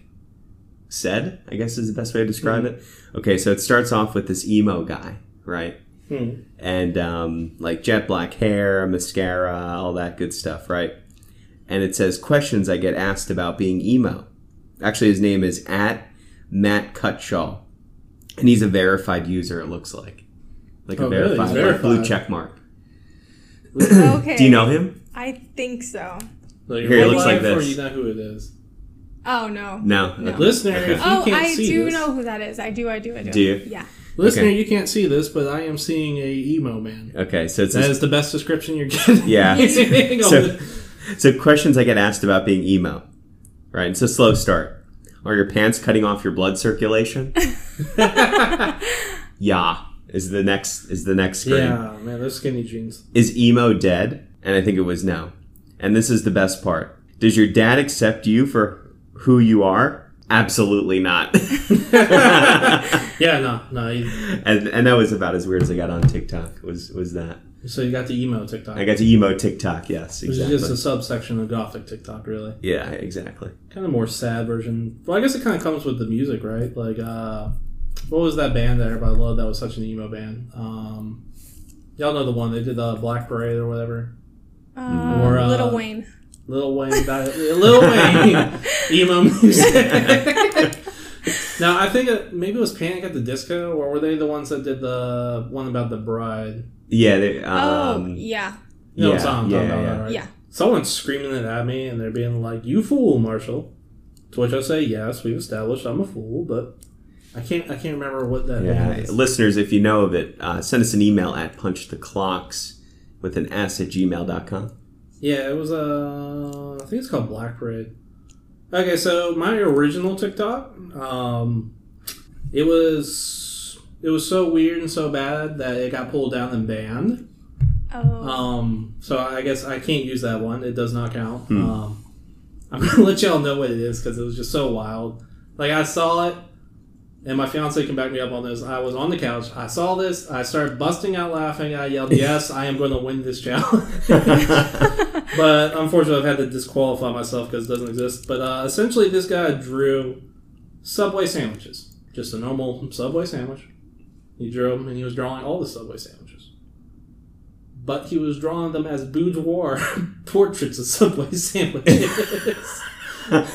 S2: said i guess is the best way to describe it okay so it starts off with this emo guy right
S1: Hmm.
S2: and um, like jet black hair, mascara, all that good stuff, right? And it says questions I get asked about being emo. Actually, his name is at Matt Cutshaw, and he's a verified user. It looks like, like a
S1: Oh, really? He's
S2: verified, like, blue
S1: verified.
S2: check mark.
S3: okay.
S2: Do you know him?
S3: I think so.
S1: so you're
S2: Here, it
S1: real
S2: looks like
S1: life, or
S2: this.
S1: you know who it is.
S3: Oh no.
S2: No.
S3: No.
S1: Listener, if you
S3: Oh,
S1: can't
S3: I
S1: see
S3: do
S1: this,
S3: know who that is. I do. I do. I do.
S2: Do you?
S3: Yeah.
S1: listener,
S2: Okay.
S1: you can't see this, but I am seeing a emo man.
S2: Okay, so it's
S1: That
S2: this,
S1: is the best description you're getting.
S2: Yeah.
S1: Anything on
S2: So-
S1: this.
S2: so questions I get asked about being emo, right? It's a slow start. Are your pants cutting off your blood circulation? yeah, is the next is the next screen.
S1: yeah, man, those skinny jeans.
S2: Is emo dead? And I think it was no. And this is the best part. Does your dad accept you for who you are? Absolutely not. and,
S1: Yeah, no, no. You,
S2: and that was about as weird as I got on TikTok. Was was that?
S1: so you got the emo TikTok,
S2: I got to emo TikTok. Yes,
S1: which
S2: exactly.
S1: is just a subsection of gothic TikTok, really.
S2: yeah, exactly.
S1: Kind of more sad version. Well, I guess it kind of comes with the music, right? Like, uh, what was that band that everybody loved that was such an emo band? Um, y'all know the one they did the Black Parade or whatever.
S3: Uh,
S1: Or, uh,
S3: Little Wayne.
S1: Lil Wayne, that, Lil Wayne, emo
S3: Oh,
S1: music. now I think it, maybe it was Panic at the Disco, or were they the ones that did the one about the bride?
S2: Yeah. They, um,
S3: oh yeah.
S1: You know
S2: yeah,
S1: what song I'm
S2: yeah,
S1: talking about,
S2: yeah.
S1: right?
S3: Yeah.
S1: Someone's screaming it at me, and they're being like, "You fool, Marshall." To which I say, "Yes, we've established I'm a fool, but I can't. I can't remember what that
S2: Yeah,
S1: is."
S2: Uh, listeners, if you know of it, uh, send us an email at punchtheclocks with an s at gmail.com.
S1: Yeah, it was Uh, I think it's called Black Parade. Okay, so my original TikTok, um, it was it was so weird and so bad that it got pulled down and banned.
S3: Oh.
S2: uh,
S1: Um, so I guess I can't use that one. It does not count. Um, I'm gonna let y'all know what it is because it was just so wild. Like I saw it, and my fiance can back me up on this. I was on the couch. I saw this. I started busting out laughing. I yelled, "Yes, I am going to win this challenge." but unfortunately, I've had to disqualify myself because it doesn't exist. But uh, essentially, this guy drew Subway sandwiches, just a normal Subway sandwich. He drew them, and he was drawing all the Subway sandwiches. But he was drawing them as boudoir portraits of Subway sandwiches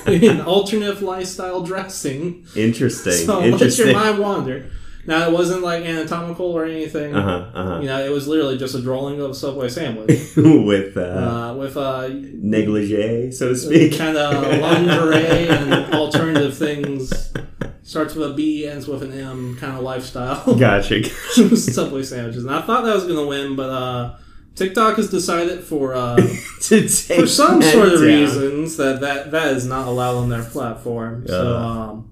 S1: in alternative lifestyle dressing.
S2: Interesting.
S1: So let your
S2: Interesting. Uh
S1: mind wander. Now it wasn't like anatomical or anything.
S2: huh. Uh
S1: You know, it was literally just a drawing of a Subway sandwich
S2: huh. With uh,
S1: uh, with uh,
S2: negligee, so to speak.
S1: kind of lingerie and alternative things. Starts with a B, ends with an M, kind of lifestyle.
S2: Gotcha.
S1: Subway sandwiches. And I thought that was going to win, but uh, TikTok has decided for uh,
S2: to take
S1: for some
S2: that
S1: sort of
S2: down.
S1: reasons that, that that is not allowed on their platform. So
S2: Uh.
S1: um,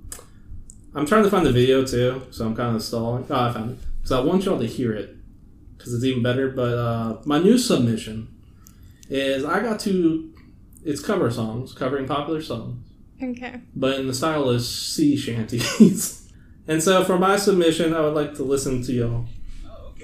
S1: I'm trying to find the video too, so I'm kind of stalling. Oh, I found it because I want y'all to hear it because it's even better. But uh, my new submission is I got to it's cover songs covering popular songs
S3: Okay.
S1: but in the style of sea shanties. and so for my submission, I would like to listen to y'all.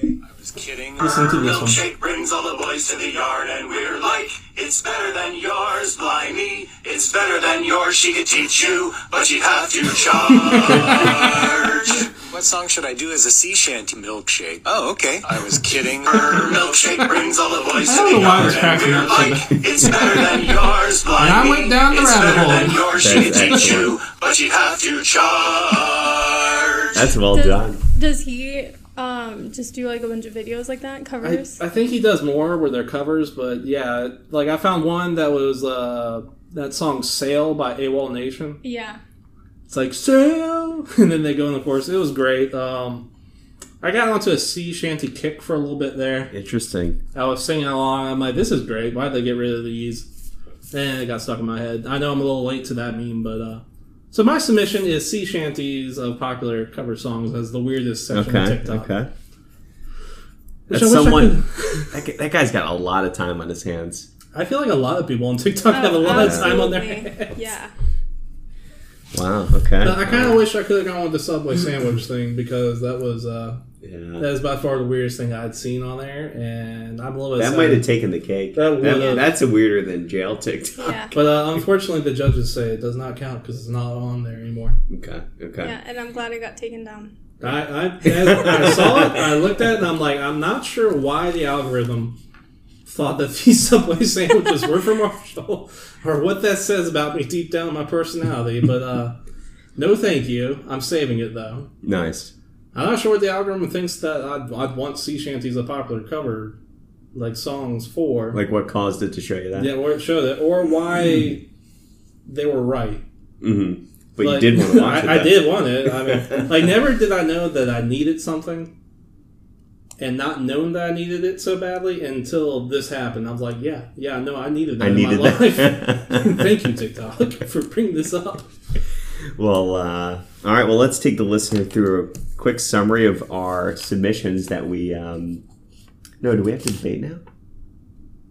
S4: I was kidding.
S1: Listen to this one.
S4: Milkshake brings all the boys to the yard, and we're like, it's better than yours, blimey. It's better than yours. She could teach you, but she'd have to charge. What song should I do as a sea shanty milkshake? Oh, okay. I was kidding. Her milkshake brings all the boys
S1: I
S4: to
S1: don't
S4: the
S1: know why I was
S4: yard, and
S1: cracking
S4: we're
S1: up so
S4: like, it's better than yours, blimey.
S1: I went down the
S4: it's
S1: rabbit
S4: better
S1: hole.
S4: than yours. She could
S2: That's
S4: teach you,
S2: excellent.
S4: but she'd have to charge.
S2: That's well
S3: Does,
S2: done.
S3: does he um, just do like a bunch of videos like that,
S1: I,
S3: covers?
S1: I think he does more where they're covers, but yeah, like I found one that was uh, that song "Sail" by AWOL Nation.
S3: yeah.
S1: It's like "Sail," and then they go in the chorus. It was great. Um, I got onto a sea shanty kick for a little bit there.
S2: Interesting.
S1: I was singing along. I'm like, this is great. Why'd they get rid of these? And it got stuck in my head. I know I'm a little late to that meme, but uh, so my submission is sea shanties of popular cover songs as the weirdest section of
S2: Okay.
S1: TikTok.
S2: Okay.
S1: Which
S2: That's
S1: I wish I,
S2: someone-
S1: could-
S2: That, gu- that guy's got a lot of time on his hands.
S1: I feel like a lot of people on TikTok have a lot of time on their
S3: Oh, Absolutely.
S1: hands.
S3: Yeah.
S2: Wow. Okay.
S1: But I kind of wish I could have gone with the Subway sandwich thing because that was uh,
S2: Yeah.
S1: that is by far the weirdest thing I'd seen on there, and I'm a little bit
S2: That
S1: sad.
S2: might have taken the cake.
S1: That would've.
S2: that's a weirder than jail TikTok.
S3: Yeah.
S1: But uh, unfortunately, the judges say it does not count because it's not on there anymore.
S2: Okay. Okay.
S3: Yeah, and I'm glad it got taken down.
S1: I, I, as I saw it, I looked at it, and I'm like, I'm not sure why the algorithm thought that these Subway sandwiches were from Marshall or what that says about me deep down in my personality, but uh, no thank you. I'm saving it, though.
S2: Nice.
S1: I'm not sure what the algorithm thinks that I'd, I'd want sea shanties a popular cover, like songs for.
S2: Like what caused it to show you that?
S1: yeah, or it showed it, or why they were right.
S2: Mm-hmm. But
S1: Like,
S2: you did want to watch
S1: I,
S2: it.
S1: I
S2: though.
S1: did want it. I mean, like never did I know that I needed something, and not knowing that I needed it so badly until this happened. I was like, yeah, yeah, no, I needed that
S2: I
S1: in
S2: needed
S1: my life.
S2: that.
S1: Thank you, TikTok, for bringing this up.
S2: Well, uh, all right. Well, let's take the listener through a quick summary of our submissions that we. Um, no, do we have to debate now?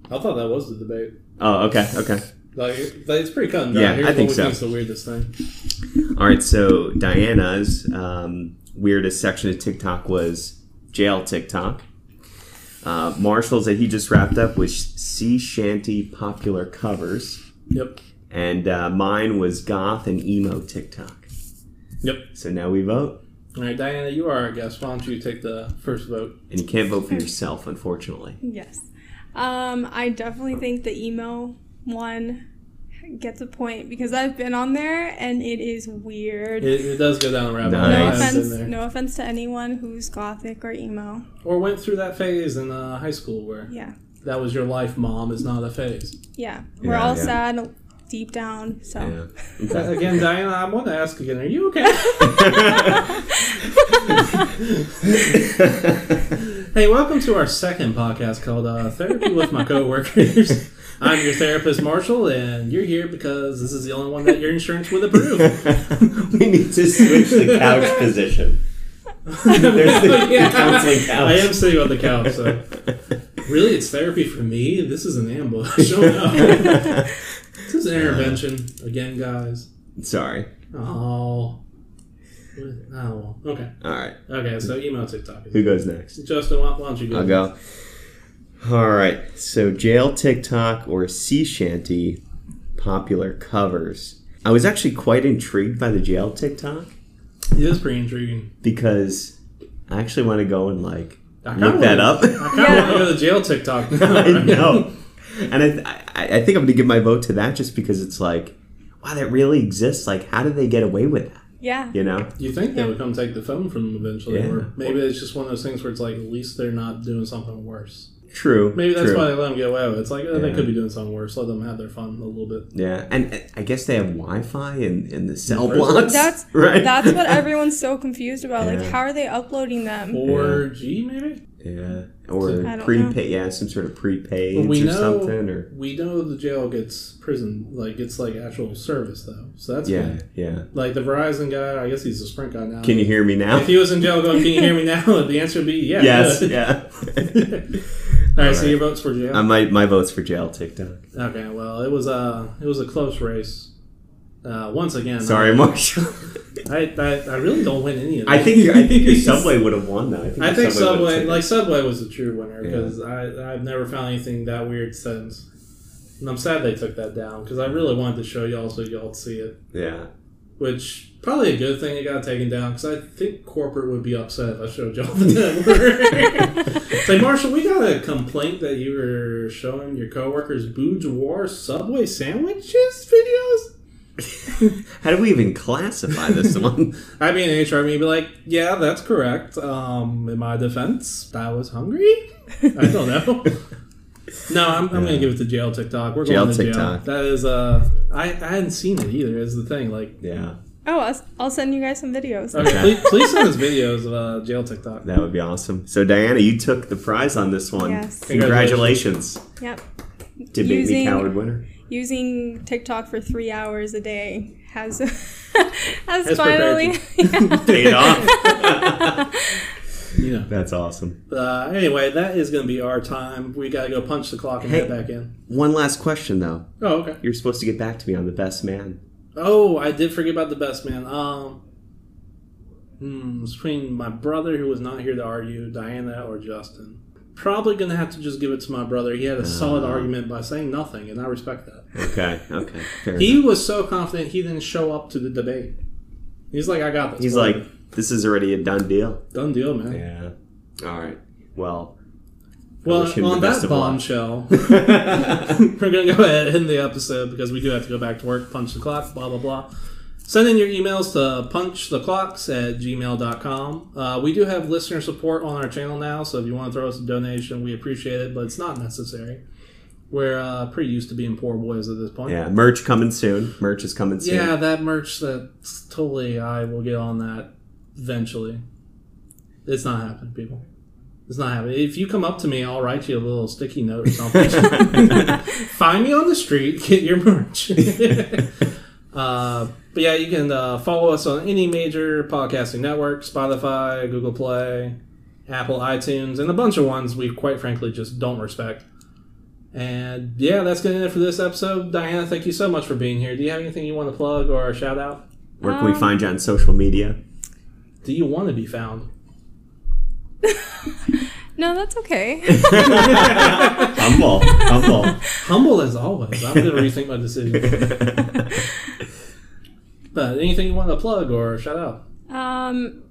S1: I thought that was the debate.
S2: Oh, okay, okay.
S1: Like, it- like, it's pretty cut and dry.
S2: Yeah,
S1: Here's
S2: I think
S1: what we
S2: so.
S1: think's the weirdest thing.
S2: All right. So Diana's um, weirdest section of TikTok was jail TikTok. Uh, Marshall's that he just wrapped up was sea shanty popular covers,
S1: Yep.
S2: and uh, mine was goth and emo TikTok.
S1: Yep.
S2: So now we vote,
S1: All right, Diana, you are our guest. Why don't you take the first vote?
S2: and you can't vote for yourself, unfortunately.
S3: Yes. Um, I definitely think the emo one gets a point because I've been on there and it is weird.
S1: It, it does go down a rabbit hole.
S3: no
S1: I
S2: Nice.
S1: haven't
S3: offense,
S1: been there.
S3: no offense to anyone who's gothic or emo.
S1: Or went through that phase in uh, high school where
S3: Yeah,
S1: that was your life, mom, is not a phase.
S3: yeah, we're
S2: Yeah,
S3: all
S2: yeah.
S3: sad deep down. So
S2: Yeah.
S1: Uh, Again, Diana, I want to ask again. Are you okay? hey, welcome to our second podcast called uh, "Therapy with My Coworkers." I'm your therapist, Marshall, and you're here because this is the only one that your insurance would approve.
S2: we need to switch the couch position. There's the,
S1: Yeah.
S2: the counseling couch.
S1: I am sitting on the couch, so really, it's therapy for me. This is an ambush. Oh, no. this is an intervention again, guys.
S2: Sorry.
S1: Oh. Oh, well. Okay.
S2: All right.
S1: Okay, so emo TikTok.
S2: Who goes next?
S1: Justin, why, why don't you go?
S2: I'll go. All right. So jail TikTok or sea shanty popular covers. I was actually quite intrigued by the jail TikTok
S1: It is pretty intriguing.
S2: because I actually want to go and like
S1: I kinda
S2: look that
S1: wanna-
S2: up.
S1: I kind of want to go to jail TikTok.
S2: I know. And I, th- I, I think I'm going to give my vote to that just because it's like, wow, that really exists. Like, how did they get away with that?
S3: Yeah.
S2: You know?
S1: You think they would come take the phone from them eventually,
S2: Yeah.
S1: or maybe it's just one of those things where it's like at least they're not doing something worse.
S2: True.
S1: Maybe that's
S2: true.
S1: why they let them get away with it. It's like oh, they
S2: Yeah.
S1: could be doing something worse. Let them have their fun a little bit.
S2: Yeah, and and I guess they have Wi-Fi in, in the cell
S1: Where's it?
S2: blocks.
S3: That's
S2: right.
S3: that's what everyone's so confused about. Like,
S2: Yeah.
S3: how are they uploading them?
S1: Or G maybe.
S2: yeah,
S3: I
S2: or
S3: don't
S2: prepaid. Yeah, some sort of prepaid
S1: Well,
S2: or
S1: we know
S2: something. Or
S1: we know the jail gets prison like it's like actual service though, so that's
S2: yeah,
S1: good.
S2: yeah.
S1: Like the Verizon guy, I guess he's a Sprint guy now.
S2: Can you hear me now?
S1: If he was in jail, going, "Can you hear me now?" The answer would be yeah.
S2: yes.
S1: good.
S2: Yeah.
S1: All right, so your votes for jail.
S2: I my my vote's for jail TikTok.
S1: okay, well, it was a it was a close race. Uh, once again,
S2: Sorry, Marshall.
S1: I, I, I really don't win any of
S2: I
S1: these.
S2: think your, I think your Subway would have won though. I think,
S1: I
S2: your
S1: think Subway,
S2: would've
S1: like Subway, was the true winner
S2: Yeah.
S1: because I I've never found anything that weird since, and I'm sad they took that down because I really wanted to show y'all so y'all see it,
S2: taken- yeah.
S1: which probably a good thing it got taken down because I think corporate would be upset if I showed y'all the network. Say, Marshall, we got a complaint that you were showing your coworkers bourgeois Subway sandwiches videos.
S2: How do we even classify this one?
S1: I mean, HR may be like, yeah, that's correct. Um, in my defense, I was hungry. I don't know. No, I'm, I'm going to give it to jail TikTok. We're
S2: Jail
S1: going to
S2: TikTok.
S1: jail. That is, uh, I, I hadn't seen it either. Is the thing like,
S2: yeah,
S3: Oh, I'll, s- I'll send you guys some videos.
S1: okay,
S2: Yeah.
S1: please, please send us videos of uh, jail TikTok.
S2: that would be awesome. So Diana, you took the prize on this one.
S3: Yes.
S2: Congratulations.
S3: Yep.
S2: to beat me
S3: Using-
S2: coward winner.
S3: Using TikTok for three hours a day has has
S1: Has
S3: finally
S2: Paid off.
S1: You know.
S2: That's awesome.
S1: Uh, anyway, that is going to be our time. We got to go punch the clock and
S2: Hey.
S1: head back in.
S2: One last question though.
S1: Oh, okay.
S2: You're supposed to get back to me on the best man.
S1: Oh, I did forget about the best man. Um, hmm, it's between my brother, who was not here to argue, Diana or Justin. Probably gonna have to just give it to my brother. He had a
S2: Uh.
S1: solid argument by saying nothing, and I respect that.
S2: Okay. Okay. Fair
S1: He
S2: enough.
S1: was so confident he didn't show up to the debate. He's like, I got this.
S2: He's
S1: brother."
S2: like, this is already a done deal.
S1: done deal, man.
S2: Yeah. All right. Well. I
S1: well,
S2: wish him the
S1: on
S2: best
S1: that
S2: of luck.
S1: bombshell, we're gonna go ahead and end the episode because we do have to go back to work, punch the clock, blah blah blah. Send in your emails to punchtheclocks at gmail.com. Uh, we do have listener support on our channel now, so if you want to throw us a donation, we appreciate it, but it's not necessary. We're uh, pretty used to being poor boys at this point.
S2: Yeah. Merch coming soon. Merch is coming soon.
S1: Yeah, that merch that's totally I will get on that eventually. It's not happening, people. It's not happening. If you come up to me, I'll write you a little sticky note or something. Find me on the street, get your merch. uh, but yeah, you can uh, follow us on any major podcasting network Spotify, Google Play, Apple, iTunes, and a bunch of ones we quite frankly just don't respect. And yeah, that's going to end it for this episode. Diana, thank you so much for being here. Do you have anything you want to plug or shout out?
S2: Where can we
S3: Um,
S2: find you on social media?
S1: Do you want to be found?
S3: No, that's okay.
S2: Humble. Humble.
S1: Humble as always. I'm going to rethink my decision. But anything you want to plug or shout out?
S3: Um,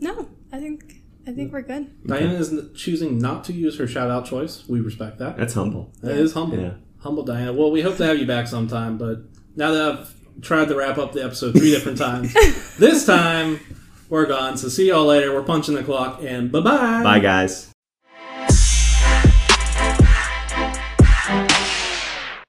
S3: no, I think I think we're good.
S1: Diana is n- choosing not to use her shout out choice. We respect that.
S2: That's humble.
S1: That is humble.
S2: Yeah.
S1: Humble Diana. Well, we hope to have you back sometime, but now that I've tried to wrap up the episode three different times, this time we're gone. So see y'all later. We're punching the clock and bye-bye.
S2: Bye, guys.